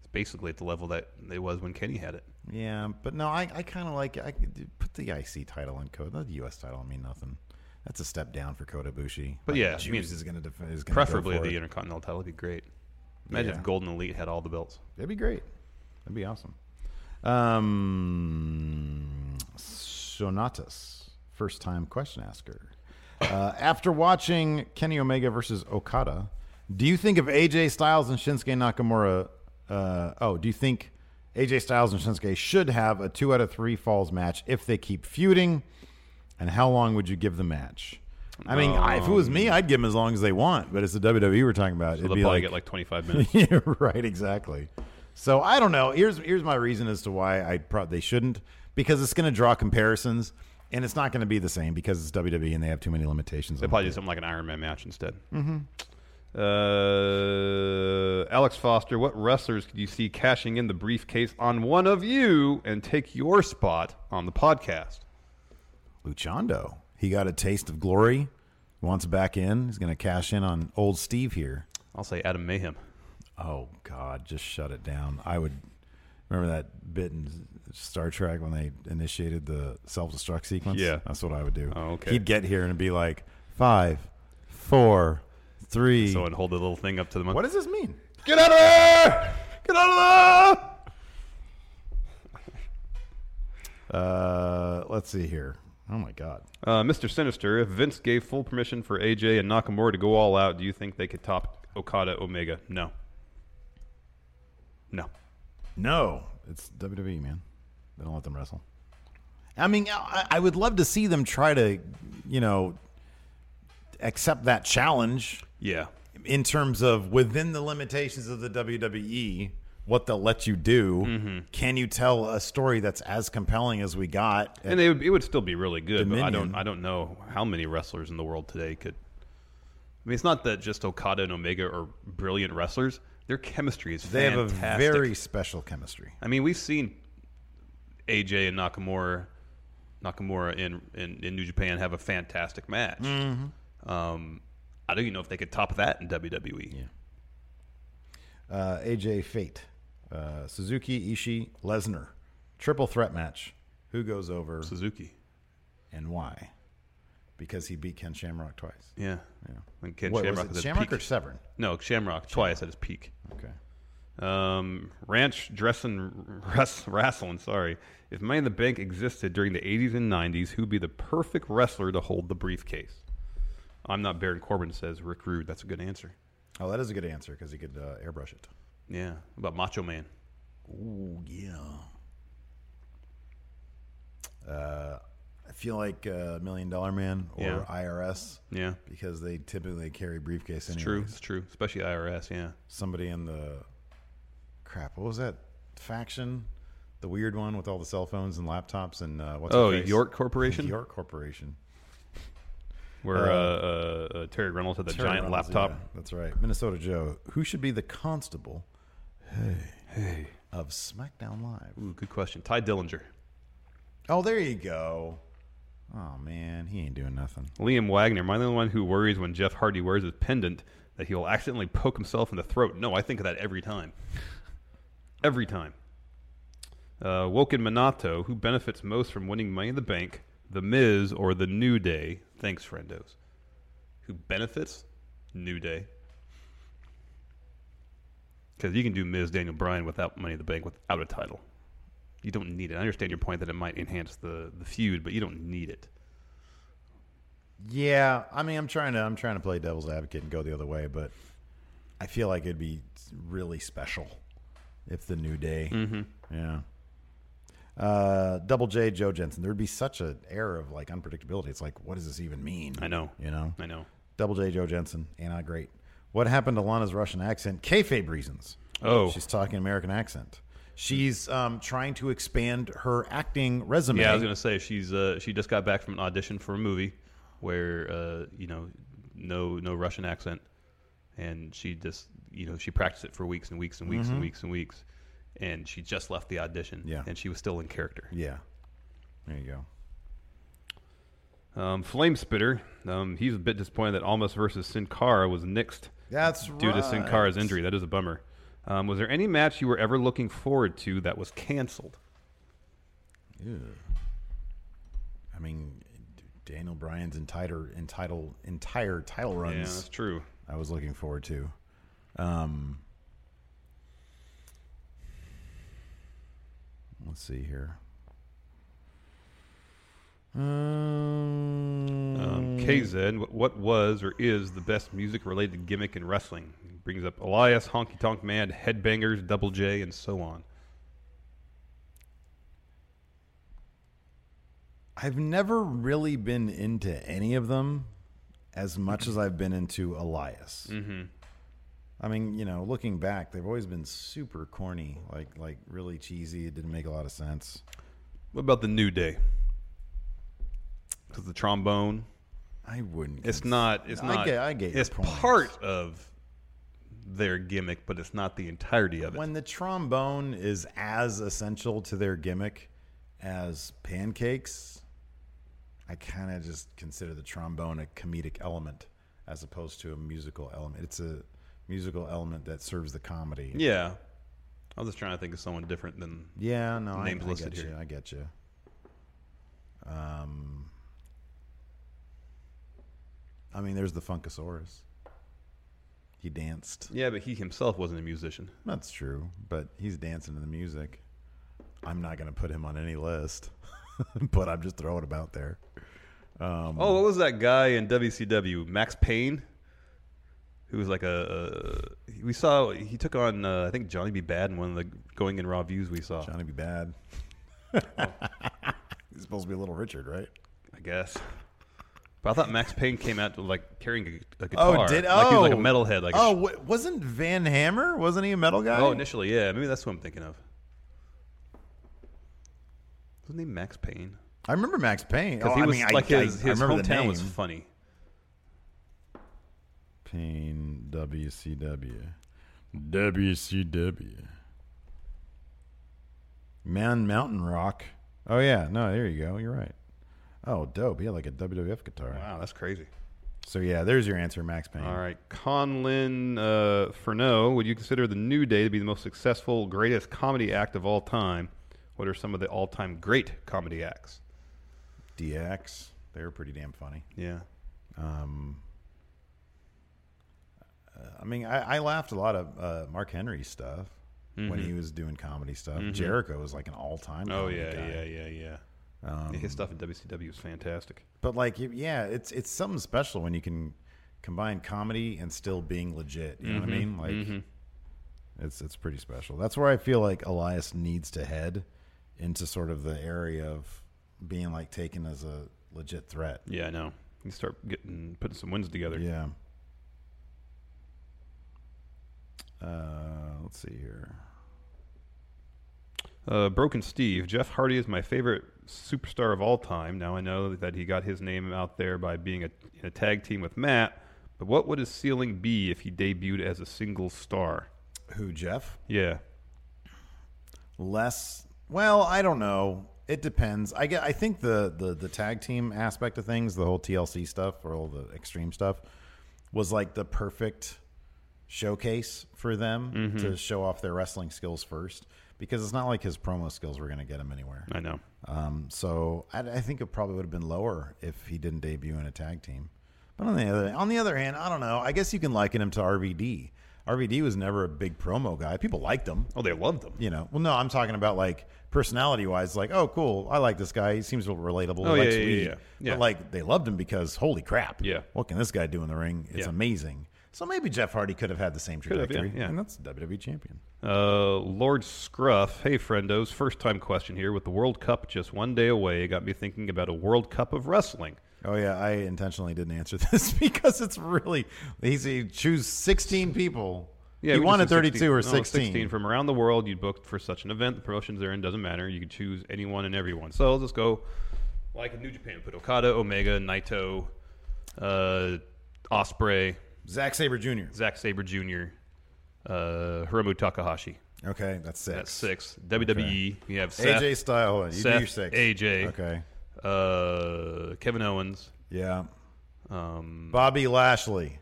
Speaker 7: it's basically at the level that it was when Kenny had it.
Speaker 6: Yeah, but no, I, I kind of like I could put the IC title in Kota. Not the US title, I mean nothing. That's a step down for Kota Bushi.
Speaker 7: But
Speaker 6: Like,
Speaker 7: yeah, I
Speaker 6: Juice
Speaker 7: mean,
Speaker 6: is gonna def- is gonna
Speaker 7: Preferably
Speaker 6: go for
Speaker 7: the
Speaker 6: it.
Speaker 7: Intercontinental title would be great. Imagine
Speaker 6: Yeah.
Speaker 7: if Golden Elite had all the belts.
Speaker 6: That'd be great. That'd be awesome. Um, Sonatus, first time question asker. Uh, after watching Kenny Omega versus Okada, do you think of AJ Styles and Shinsuke Nakamura? Uh, oh, do you think AJ Styles and Shinsuke should have a two out of three falls match if they keep feuding? And how long would you give the match? I mean, I, if it was me, I'd give them as long as they want. But it's the WWE we're talking about.
Speaker 7: Um, So they'll probably get like 25 minutes.
Speaker 6: yeah, right, exactly. So I don't know. Here's here's my reason as to why I pro- they shouldn't because it's going to draw comparisons and it's not going to be the same because it's WWE and they have too many limitations.
Speaker 7: They'll
Speaker 6: on
Speaker 7: probably
Speaker 6: it.
Speaker 7: do something like an Iron Man match instead. Mm-hmm. Uh, Alex Foster, what wrestlers could you see cashing in the briefcase on one of you and take your spot on the podcast?
Speaker 6: Luchando. He got a taste of glory. Wants back in. He's going to cash in on old Steve here.
Speaker 7: I'll say Adam Mayhem.
Speaker 6: Oh God, just shut it down. I would remember that bit in Star Trek when they initiated the self destruct sequence.
Speaker 7: Yeah.
Speaker 6: that's what I would do.
Speaker 7: Oh, okay.
Speaker 6: He'd get here and be like five, four, three.
Speaker 7: So and hold the little thing up to the mic.
Speaker 6: what does this mean?
Speaker 7: Get out of there! Get out of there!
Speaker 6: Uh, let's see here. Oh my God.
Speaker 7: Uh, Mr. Sinister, if Vince gave full permission for AJ and Nakamura to go all out, do you think they could top Okada Omega? No. No.
Speaker 6: No, it's WWE, man. They don't let them wrestle. I mean, I, I would love to see them try to, you know, accept that challenge.
Speaker 7: Yeah.
Speaker 6: in terms of within the limitations of the WWE, what they'll let you do. Can you tell a story that's as compelling as we got?
Speaker 7: And they would, it would still be really good, but I don't
Speaker 6: Dominion.
Speaker 7: I don't know how many wrestlers in the world today could I mean it's not that just Okada and Omega are brilliant wrestlers. Their chemistry is
Speaker 6: they have a
Speaker 7: fantastic.
Speaker 6: very special chemistry.
Speaker 7: I mean, we've seen AJ and Nakamura, Nakamura in in, in New Japan have a fantastic match.
Speaker 6: Mm-hmm.
Speaker 7: Um, I don't even know if they could top that in E. WWE.
Speaker 6: Uh, AJ Fate, uh, Suzuki, Ishii, Lesnar, triple threat match. Who goes over
Speaker 7: Suzuki,
Speaker 6: and why? Because he beat Ken Shamrock twice.
Speaker 7: yeah, yeah. And Ken
Speaker 6: What, was
Speaker 7: Shamrock
Speaker 6: it
Speaker 7: was at
Speaker 6: Shamrock
Speaker 7: peak.
Speaker 6: or Severn?
Speaker 7: No, Shamrock twice at his peak.
Speaker 6: Okay.
Speaker 7: Um, ranch dressing, wrest- wrestling. Sorry, if Money in the Bank existed during the '80s and '90s, who'd be the perfect wrestler to hold the briefcase? I'm not Baron Corbin says Rick Rude. That's a good answer.
Speaker 6: Oh, that is a good answer because he could uh, airbrush it.
Speaker 7: Yeah, What about Macho Man.
Speaker 6: Ooh, yeah. Uh, I feel like uh, Million Dollar Man or
Speaker 7: Yeah.
Speaker 6: IRS
Speaker 7: Yeah.
Speaker 6: because they typically carry briefcase.
Speaker 7: It's
Speaker 6: anyways.
Speaker 7: true. It's true. Especially IRS. Yeah.
Speaker 6: Somebody in the crap. What was that faction? The weird one with all the cell phones and laptops and uh, what's her
Speaker 7: Oh,
Speaker 6: face?
Speaker 7: York Corporation?
Speaker 6: York Corporation.
Speaker 7: Where uh, uh, uh, Terry Reynolds had the
Speaker 6: Terry
Speaker 7: giant
Speaker 6: Reynolds,
Speaker 7: laptop.
Speaker 6: yeah, that's right. Minnesota Joe. Who should be the constable? Hey, hey, of SmackDown Live.
Speaker 7: Ooh, good question. Ty Dillinger.
Speaker 6: Oh, there you go. Oh man, he ain't doing nothing.
Speaker 7: Liam Wagner. Am I the only one who worries when Jeff Hardy wears his pendant that he will accidentally poke himself in the throat? No, I think of that every time. every time. Uh, Woken Minato. Who benefits most from winning Money in the Bank? The Miz or The New Day? Thanks, friendos. Who benefits? New Day. Because you can do Miz Daniel Bryan without Money in the Bank, without a title. You don't need it. I understand your point that it might enhance the, the feud, but you don't need it.
Speaker 6: Yeah, I mean, I'm trying to I'm trying to play devil's advocate and go the other way, but I feel like it'd be really special if the new day.
Speaker 7: Mm-hmm.
Speaker 6: Yeah. Uh, Double J Joe Jensen. There would be such an air of like unpredictability. It's like, what does this even mean?
Speaker 7: I know.
Speaker 6: You know.
Speaker 7: I know.
Speaker 6: Double J Joe Jensen. Anna Great. What happened to Lana's Russian accent? Kayfabe reasons.
Speaker 7: Oh.
Speaker 6: she's talking American accent. She's um, trying to expand her acting resume.
Speaker 7: Yeah, I was gonna say she's uh, she just got back from an audition for a movie where uh, you know no no Russian accent, and she just you know she practiced it for weeks and weeks and weeks and weeks and weeks, and she just left the audition.
Speaker 6: Mm-hmm. Yeah.
Speaker 7: and she was still in character.
Speaker 6: Yeah. There you go.
Speaker 7: Um, Flame Spitter, um, he's a bit disappointed that Almas versus Sin Cara was nixed
Speaker 6: That's
Speaker 7: due to Sin
Speaker 6: right.
Speaker 7: Cara's injury. That is a bummer. Um, was there any match you were ever looking forward to that was canceled?
Speaker 6: I mean, Daniel Bryan's entire entitle entire title runs.
Speaker 7: Yeah, that's true.
Speaker 6: I was looking forward to. Um, let's see here. Um,
Speaker 7: Um, KZ, what, what was or is the best music related gimmick in wrestling? He brings up Elias, Honky Tonk Man, Headbangers, Double J, and so on.
Speaker 6: I've never really been into any of them as much as I've been into Elias. Mm-hmm. I mean, you know, looking back, they've always been super corny, like like really cheesy. It didn't make a lot of sense.
Speaker 7: What about the New Day? Because the trombone,
Speaker 6: I wouldn't.
Speaker 7: it's
Speaker 6: cons-
Speaker 7: not. It's
Speaker 6: I
Speaker 7: not.
Speaker 6: get- I get your
Speaker 7: It's
Speaker 6: point.
Speaker 7: part of their gimmick, but it's not the entirety of it.
Speaker 6: when the trombone is as essential to their gimmick as pancakes. I kind of just consider the trombone a comedic element as opposed to a musical element. It's a musical element that serves the comedy.
Speaker 7: yeah, I was just trying to think of someone different than.
Speaker 6: Yeah, no, I, I
Speaker 7: Names
Speaker 6: get
Speaker 7: listed
Speaker 6: you.
Speaker 7: here.
Speaker 6: I get you. Um, I mean, there's the Funkasaurus. He danced.
Speaker 7: Yeah, but he himself wasn't a musician.
Speaker 6: That's true, but he's dancing to the music. I'm not going to put him on any list, but I'm just throwing him out there.
Speaker 7: Oh, what was that guy in WCW? Max Payne, who was like a, a we saw he took on uh, I think Johnny B. Bad in one of the Going in Raw views we saw.
Speaker 6: Johnny be bad. he's supposed to be a little Richard, right?
Speaker 7: I guess. But I thought Max Payne came out like carrying a, a guitar. like he was like a metalhead. Like a
Speaker 6: oh,
Speaker 7: sh-
Speaker 6: wa- wasn't Van Hammer? Wasn't he a metal guy?
Speaker 7: oh, initially, yeah, maybe that's what I'm thinking of. Wasn't he Max Payne?
Speaker 6: I remember Max Payne. Oh,
Speaker 7: Because he was
Speaker 6: I mean,
Speaker 7: like
Speaker 6: I,
Speaker 7: his,
Speaker 6: I, I
Speaker 7: his
Speaker 6: remember the
Speaker 7: hometown
Speaker 6: name.
Speaker 7: was funny.
Speaker 6: Payne WCW. WCW. Man Mountain Rock. Oh yeah, no, there you go. You're right. Oh, dope. Yeah, like a WWF guitar.
Speaker 7: Wow, that's crazy.
Speaker 6: So yeah, there's your answer, Max Payne.
Speaker 7: All right, Conlin uh, Furneaux, would you consider the New Day to be the most successful, greatest comedy act of all time? What are some of the all-time great comedy acts?
Speaker 6: DX. They were pretty damn funny.
Speaker 7: Yeah,
Speaker 6: I mean, I, I laughed a lot of uh, Mark Henry stuff when he was doing comedy stuff. Jericho was like an all-time.
Speaker 7: Mm-hmm. Oh
Speaker 6: comedy
Speaker 7: yeah,
Speaker 6: guy.
Speaker 7: yeah, yeah, yeah. Yeah, His stuff in WCW is fantastic.
Speaker 6: But like, you- yeah, it's it's something special when you can combine comedy and still being legit. You know what I mean? Like, it's it's pretty special. That's where I feel like Elias needs to head into sort of the area of being like taken as a legit threat.
Speaker 7: Yeah, I know. You start getting putting some wins together.
Speaker 6: Yeah. Uh, let's see here.
Speaker 7: Uh, Broken Steve. Jeff Hardy is my favorite superstar of all time. Now I know that he got his name out there by being a, in a tag team with Matt, but what would his ceiling be if he debuted as a single star?
Speaker 6: Who, Jeff?
Speaker 7: Yeah.
Speaker 6: less well i don't know it depends i get i think the the the tag team aspect of things the whole tlc stuff or all the extreme stuff was like the perfect showcase for them to show off their wrestling skills first because it's not like his promo skills were going to get him anywhere
Speaker 7: I know.
Speaker 6: um, so I, I think it probably would have been lower if he didn't debut in a tag team. But on the other on the other hand, I don't know. I guess you can liken him to RVD. RVD was never a big promo guy. People liked him,
Speaker 7: Oh, they loved him.
Speaker 6: you know. Well, no, I'm talking about like personality wise. Like, oh, cool, I like this guy. He seems relatable.
Speaker 7: Oh,
Speaker 6: He
Speaker 7: yeah,
Speaker 6: likes
Speaker 7: yeah, yeah,
Speaker 6: weed.
Speaker 7: yeah. Yeah.
Speaker 6: But like, they loved him because holy crap,
Speaker 7: Yeah.
Speaker 6: what can this guy do in the ring? It's
Speaker 7: Yeah.
Speaker 6: amazing. So maybe Jeff Hardy could have had the same
Speaker 7: have, yeah,
Speaker 6: trajectory,
Speaker 7: yeah.
Speaker 6: and that's WWE E champion.
Speaker 7: Uh, Lord Scruff, hey friendos, first time question here. With the World Cup just one day away, it got me thinking about a World Cup of wrestling.
Speaker 6: Oh yeah, I intentionally didn't answer this because it's really easy. Choose sixteen people.
Speaker 7: Yeah,
Speaker 6: you
Speaker 7: we
Speaker 6: wanted
Speaker 7: just said
Speaker 6: thirty-two or
Speaker 7: No,
Speaker 6: sixteen.
Speaker 7: Oh, from around the world. You booked for such an event. The promotions they're in doesn't matter. You can choose anyone and everyone. So let's go like in New Japan. Put Okada, Omega, Naito, uh, Osprey,
Speaker 6: Zack Saber Jr.
Speaker 7: Zack Saber Jr., uh, Hiromu Takahashi.
Speaker 6: Okay, that's six.
Speaker 7: That's six. WWE. You have Seth,
Speaker 6: AJ style. Hold on, you do
Speaker 7: Seth,
Speaker 6: your six.
Speaker 7: AJ.
Speaker 6: Okay.
Speaker 7: uh, Kevin Owens.
Speaker 6: Yeah. Um, Bobby Lashley.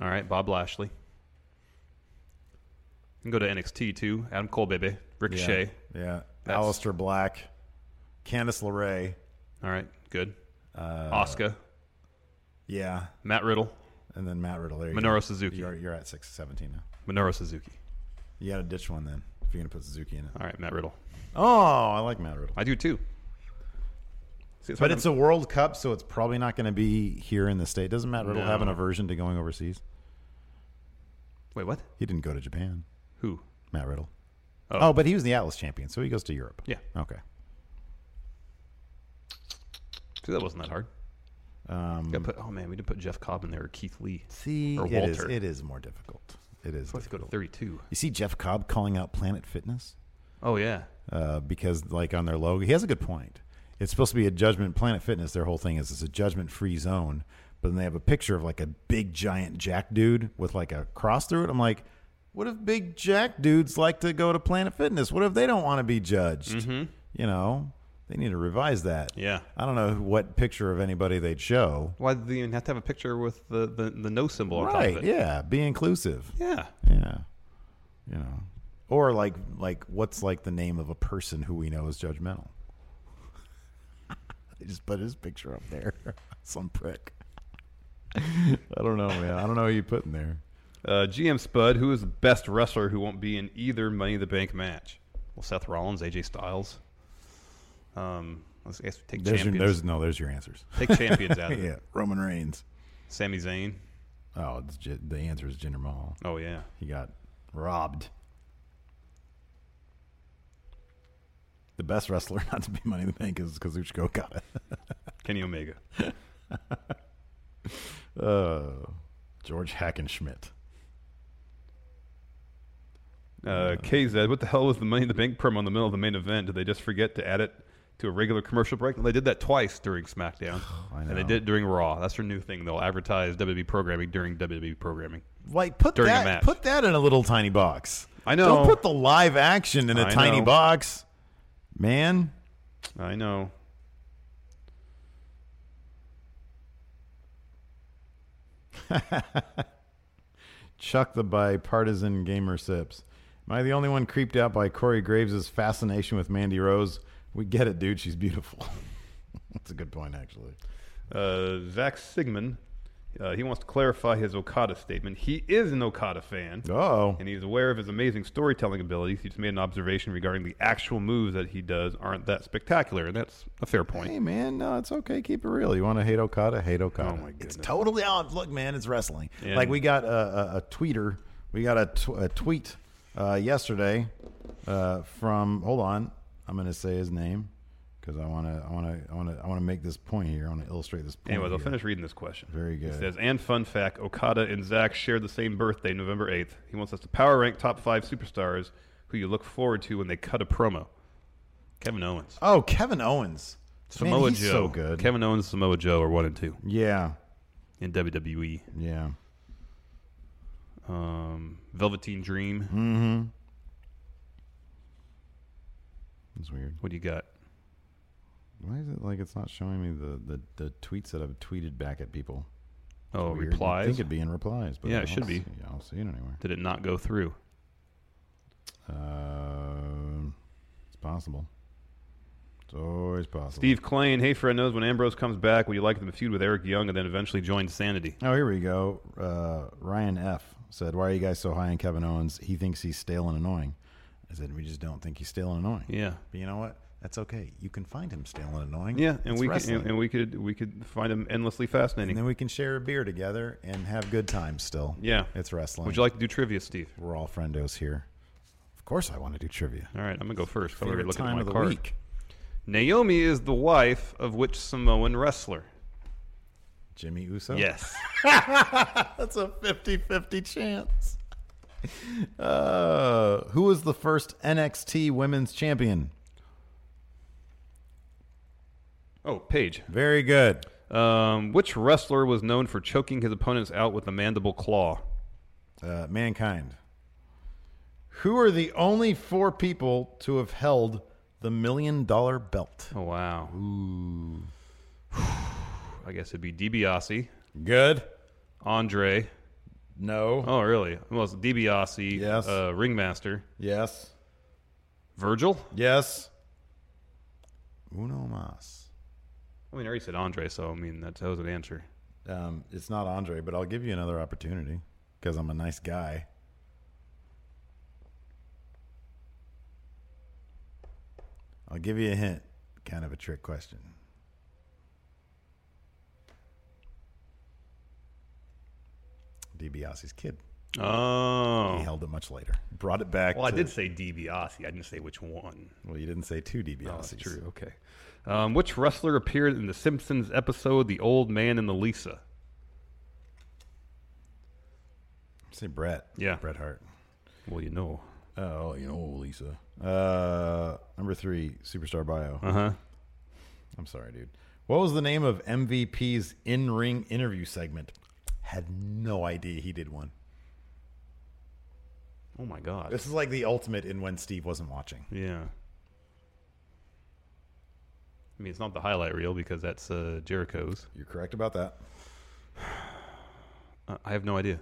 Speaker 7: All right, Bob Lashley. You can go to NXT too. Adam Cole, baby.
Speaker 6: Yeah.
Speaker 7: Ricochet.
Speaker 6: Yeah.
Speaker 7: That's-
Speaker 6: Alistair Black. Candice LeRae.
Speaker 7: All right, good.
Speaker 6: Uh,
Speaker 7: Oscar,
Speaker 6: Yeah.
Speaker 7: Matt Riddle,
Speaker 6: And then Matt Riddle. There you
Speaker 7: Minoru
Speaker 6: go.
Speaker 7: Suzuki.
Speaker 6: You're, you're at six seventeen now.
Speaker 7: Minoru Suzuki.
Speaker 6: You got to ditch one then if you're gonna put Suzuki in it.
Speaker 7: All right, Matt Riddle.
Speaker 6: Oh, I like Matt Riddle.
Speaker 7: I do too. See,
Speaker 6: But it's a World Cup, so it's probably not going to be here in the state. Doesn't Matt Riddle have an
Speaker 7: No.
Speaker 6: aversion to going overseas?
Speaker 7: wait. What?
Speaker 6: He didn't go to Japan.
Speaker 7: Who?
Speaker 6: Matt Riddle.
Speaker 7: Oh.
Speaker 6: Oh, but he was the Atlas champion, so he goes to Europe.
Speaker 7: Yeah.
Speaker 6: Okay.
Speaker 7: See, that wasn't that hard.
Speaker 6: Um,
Speaker 7: Got put. Oh man, we didn't put Jeff Cobb in there or Keith Lee.
Speaker 6: see,
Speaker 7: or
Speaker 6: it is,
Speaker 7: Walter.
Speaker 6: it is more difficult. It is.
Speaker 7: Let's go to
Speaker 6: difficult.
Speaker 7: thirty-two.
Speaker 6: You see Jeff Cobb calling out Planet Fitness
Speaker 7: Oh yeah.
Speaker 6: uh, because, like, on their logo, he has a good point. It's supposed to be a judgment. Planet Fitness, their whole thing is it's a judgment free zone, but then they have a picture of like a big giant Jack dude with like a cross through it. I'm like, what if big Jack dudes like to go to Planet Fitness? What if they don't want to be judged? You know, they need to revise that.
Speaker 7: Yeah.
Speaker 6: I don't know what picture of anybody they'd show.
Speaker 7: Why did they even have to have a picture with the the, the no symbol on top
Speaker 6: Right.
Speaker 7: of it?
Speaker 6: Yeah. Be inclusive.
Speaker 7: Yeah.
Speaker 6: Yeah. You know. Or like like what's like the name of a person who we know is judgmental? they just put his picture up there. Some prick. I don't know, man. I don't know who you put in there.
Speaker 7: Uh, GM Spud, who is the best wrestler who won't be in either Money in the Bank match? Well, Seth Rollins, AJ Styles. Um, let's I guess we take
Speaker 6: There's your,
Speaker 7: champions.
Speaker 6: there's no, there's your answers.
Speaker 7: Take champions out of it.
Speaker 6: Roman Reigns.
Speaker 7: Sami Zayn.
Speaker 6: Oh, it's, Ji- the answer is Jinder Mahal.
Speaker 7: Oh yeah.
Speaker 6: He got robbed. The best wrestler not to be Money in the Bank is Kazuchika Okada.
Speaker 7: Kenny Omega.
Speaker 6: Uh, George Hackenschmidt.
Speaker 7: Uh, KZ, what the hell was the Money in the Bank promo in the middle of the main event? Did they just forget to add it to a regular commercial break? Well, they did that twice during SmackDown,
Speaker 6: I
Speaker 7: and they
Speaker 6: know.
Speaker 7: did it during Raw. That's their new thing. They'll advertise WWE programming during WWE programming.
Speaker 6: Like put
Speaker 7: During a
Speaker 6: that
Speaker 7: match.
Speaker 6: put that in a little tiny box.
Speaker 7: I know.
Speaker 6: Don't put the live action in a
Speaker 7: I
Speaker 6: tiny
Speaker 7: know.
Speaker 6: box, man.
Speaker 7: I know.
Speaker 6: Chuck the bipartisan gamer sips. Am I the only one creeped out by Corey Graves' fascination with Mandy Rose? We get it, dude. She's beautiful. That's a good point, actually.
Speaker 7: Uh, Zach Sigmund, uh, he wants to clarify his Okada statement. He is an Okada fan.
Speaker 6: Oh,
Speaker 7: And he's aware of his amazing storytelling abilities. He just made an observation regarding the actual moves that he does aren't that spectacular, and that's a fair point.
Speaker 6: Hey man, no, it's okay. Keep it real. You want to hate Okada? Hate Okada.
Speaker 7: Oh, my
Speaker 6: It's totally on. Look, man, it's wrestling.
Speaker 7: Yeah.
Speaker 6: Like we got a, a, a tweeter, we got a, tw- a tweet uh, yesterday uh, from. Hold on, I'm going to say his name. because I want to, I want to, I want to, I want to make this point here. I want to illustrate this point.
Speaker 7: Anyways, I'll
Speaker 6: here.
Speaker 7: finish reading this question.
Speaker 6: Very good.
Speaker 7: It says, and fun fact Okada and Zack share the same birthday, November 8th. He wants us to power rank top five superstars who you look forward to when they cut a promo. Kevin Owens.
Speaker 6: Oh, Kevin Owens,
Speaker 7: Samoa
Speaker 6: Man, he's
Speaker 7: Joe.
Speaker 6: so good.
Speaker 7: Kevin Owens, Samoa Joe are one and two
Speaker 6: yeah,
Speaker 7: in WWE.
Speaker 6: yeah.
Speaker 7: Um, Velveteen Dream.
Speaker 6: It's weird.
Speaker 7: What do you got?
Speaker 6: Why is it like it's not showing me the the, the tweets that I've tweeted back at people?
Speaker 7: Oh,
Speaker 6: Weird. You'd
Speaker 7: replies.
Speaker 6: think it'd be in replies, but
Speaker 7: Yeah,
Speaker 6: I
Speaker 7: it
Speaker 6: don't
Speaker 7: should be.
Speaker 6: see- I don't see it anywhere.
Speaker 7: Did it not go through?
Speaker 6: Um, it's possible. It's always possible.
Speaker 7: Steve Klein, hey friend, knows when Ambrose comes back, would you like them to feud with Eric Young and then eventually join Sanity?
Speaker 6: Oh, here we go. Uh, Ryan F said, "Why are you guys so high on Kevin Owens? He thinks he's stale and annoying." I said, "We just don't think he's stale and annoying."
Speaker 7: Yeah.
Speaker 6: But you know what? That's okay. You can find him stale and annoying.
Speaker 7: Yeah, and
Speaker 6: It's
Speaker 7: we could,
Speaker 6: wrestling.
Speaker 7: and, and we could we could find him endlessly fascinating.
Speaker 6: And then we can share a beer together and have good times still.
Speaker 7: yeah,
Speaker 6: It's wrestling.
Speaker 7: Would you like to do trivia, Steve?
Speaker 6: We're all friendos here. Of course, I want to do trivia.
Speaker 7: All right, I'm gonna go first. I've already
Speaker 6: Favorite
Speaker 7: looked at
Speaker 6: time
Speaker 7: my
Speaker 6: of the
Speaker 7: card.
Speaker 6: week.
Speaker 7: Naomi is the wife of which Samoan wrestler?
Speaker 6: Jimmy Uso.
Speaker 7: Yes.
Speaker 6: That's a 50-50 chance. Uh, who was the first NXT Women's Champion?
Speaker 7: Oh, Paige.
Speaker 6: Very good.
Speaker 7: Um, which wrestler was known for choking his opponents out with the mandible claw?
Speaker 6: Uh, mankind. Who are the only four people to have held the million dollar belt?
Speaker 7: Oh wow. Ooh. I guess it'd be DiBiase,
Speaker 6: Good.
Speaker 7: Andre.
Speaker 6: No.
Speaker 7: Oh really? Well, it's DiBiase,
Speaker 6: Yes.
Speaker 7: uh, Ringmaster,
Speaker 6: Yes.
Speaker 7: Virgil.
Speaker 6: Yes. Uno mas.
Speaker 7: I mean, I already said Andre, so I mean that that was an answer.
Speaker 6: Um, it's not Andre, but I'll give you another opportunity because I'm a nice guy. I'll give you a hint. Kind of a trick question. DiBiase's kid. He
Speaker 7: Oh.
Speaker 6: held it much later. Brought it back.
Speaker 7: Well, I
Speaker 6: to-
Speaker 7: did say DiBiase. I didn't say which one.
Speaker 6: Well, you didn't say two DiBiases.
Speaker 7: Oh, That's true. Okay. Um, which wrestler appeared in the Simpsons episode "The Old Man and the Lisa"?
Speaker 6: Say Brett.
Speaker 7: Yeah.
Speaker 6: Bret Hart.
Speaker 7: Well, you know.
Speaker 6: Oh, you know, Lisa. Uh, number three, superstar bio.
Speaker 7: Uh huh.
Speaker 6: I'm sorry, dude. What was the name of MVP's in-ring interview segment? Had no idea he did one.
Speaker 7: Oh my God.
Speaker 6: This is like the ultimate in when Steve wasn't watching.
Speaker 7: Yeah. I mean, it's not the highlight reel because that's uh, Jericho's.
Speaker 6: You're correct about that.
Speaker 7: Uh, I have no idea.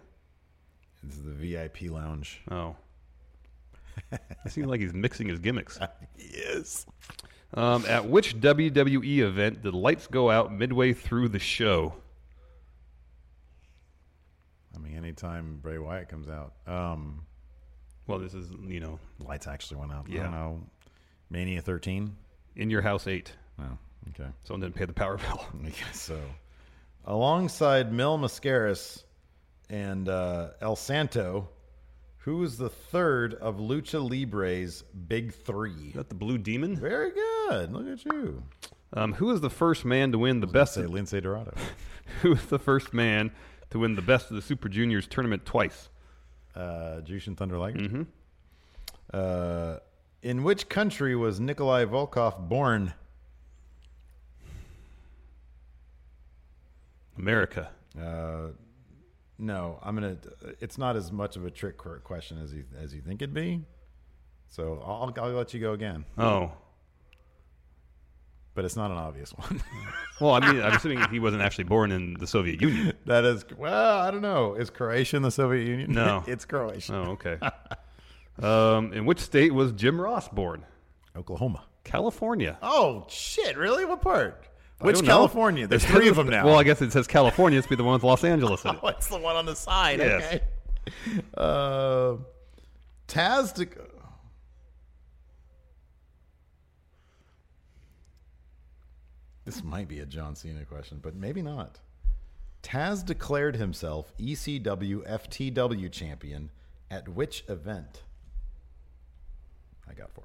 Speaker 6: This is the VIP lounge.
Speaker 7: Oh. it seems like he's mixing his gimmicks.
Speaker 6: Yes.
Speaker 7: Um, at which WWE event did lights go out midway through the show?
Speaker 6: I mean, anytime Bray Wyatt comes out, um,
Speaker 7: Well, this is, you know,
Speaker 6: lights actually went out. I
Speaker 7: Yeah.
Speaker 6: don't know. Mania 13.
Speaker 7: in your house eight.
Speaker 6: No. Okay.
Speaker 7: Someone didn't pay the power bill.
Speaker 6: I guess so. Alongside Mel Mascaris and uh, El Santo, who is the third of Lucha Libre's big three?
Speaker 7: Is that the Blue Demon?
Speaker 6: Very good. Look at you.
Speaker 7: Um, who is the first man to win the best?
Speaker 6: Say Lince Dorado.
Speaker 7: Who is the first man to win the best of the Super Juniors tournament twice?
Speaker 6: uh, Jushin Thunder Liger. Uh, in which country was Nikolai Volkov born?
Speaker 7: America.
Speaker 6: Uh, no, I'm gonna. It's not as much of a trick qu- question as you as you think it'd be. So I'll, I'll let you go again,
Speaker 7: Oh.
Speaker 6: but it's not an obvious one.
Speaker 7: Well, I mean, I'm assuming he wasn't actually born in the Soviet Union.
Speaker 6: That is well, I don't know. Is Croatia in the Soviet Union?
Speaker 7: No.
Speaker 6: it's Croatia.
Speaker 7: Oh, okay. Um, in which state was Jim Ross born?
Speaker 6: Oklahoma.
Speaker 7: California.
Speaker 6: Oh shit! Really? What part?
Speaker 7: I
Speaker 6: Which
Speaker 7: don't know.
Speaker 6: California? There's
Speaker 7: It
Speaker 6: three
Speaker 7: says-
Speaker 6: of them now.
Speaker 7: Well, I guess it says California. It's be the one with Los Angeles in it.
Speaker 6: oh, it's the one on the side.
Speaker 7: Yes.
Speaker 6: Okay. Uh, Taz. De- this might be a John Cena question, but maybe not. Taz declared himself E ECW FTW champion at which event? I got four.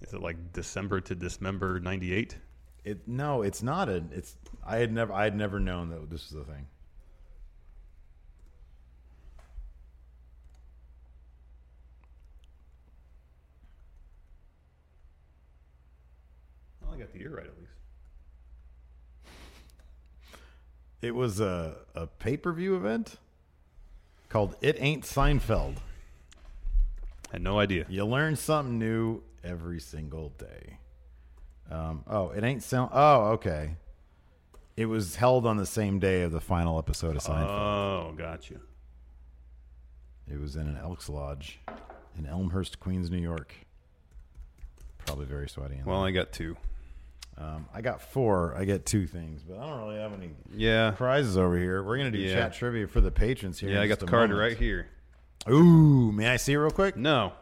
Speaker 7: Is it like December to Dismember '98?
Speaker 6: It no, it's not a. It's I had never I had never known that this was a thing.
Speaker 7: Well, I got the year right at least.
Speaker 6: It was a a pay per view event called "It Ain't Seinfeld."
Speaker 7: I had no idea.
Speaker 6: You learn something new every single day. Um, oh, it ain't sound. Oh, okay. It was held on the same day of the final episode of Seinfeld.
Speaker 7: Oh, gotcha.
Speaker 6: It was in an Elks Lodge in Elmhurst, Queens, New York. Probably very sweaty. In
Speaker 7: Well, I got two.
Speaker 6: there. Um, I got four. I get two things, but I don't really have any
Speaker 7: Yeah,
Speaker 6: prizes over here. We're gonna do
Speaker 7: Yeah.
Speaker 6: chat trivia for the patrons here.
Speaker 7: yeah,
Speaker 6: in
Speaker 7: I got
Speaker 6: just
Speaker 7: the
Speaker 6: a
Speaker 7: card
Speaker 6: moment.
Speaker 7: right here.
Speaker 6: Ooh, may I see it real quick?
Speaker 7: No,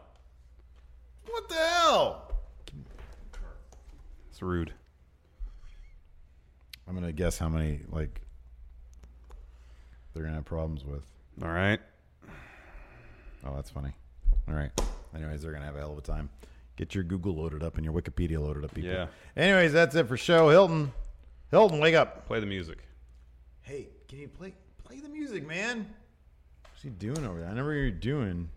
Speaker 6: What the hell?
Speaker 7: it's rude.
Speaker 6: I'm gonna guess how many like they're gonna have problems with.
Speaker 7: All right.
Speaker 6: Oh, that's funny. All right. Anyways, they're gonna have a hell of a time. Get your Google loaded up and your Wikipedia loaded up, people.
Speaker 7: Yeah.
Speaker 6: Anyways, that's it for show. Hilton, Hilton, wake up.
Speaker 7: Play the music.
Speaker 6: Hey, can you play play the music, man? What's he doing over there? I never hear you doing.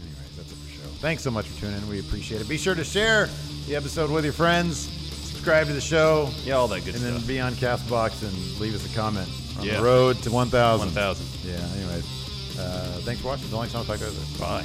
Speaker 6: Anyways, that's it for show. Thanks so much for tuning in. We appreciate it. Be sure to share the episode with your friends. Subscribe to the show.
Speaker 7: Yeah, all that good
Speaker 6: and then
Speaker 7: stuff.
Speaker 6: be on Castbox and leave us a comment on
Speaker 7: Yeah.
Speaker 6: the road to 1,000.
Speaker 7: One thousand.
Speaker 6: Yeah, anyways. Uh, thanks for watching. Until next time, talk to you.
Speaker 7: Bye.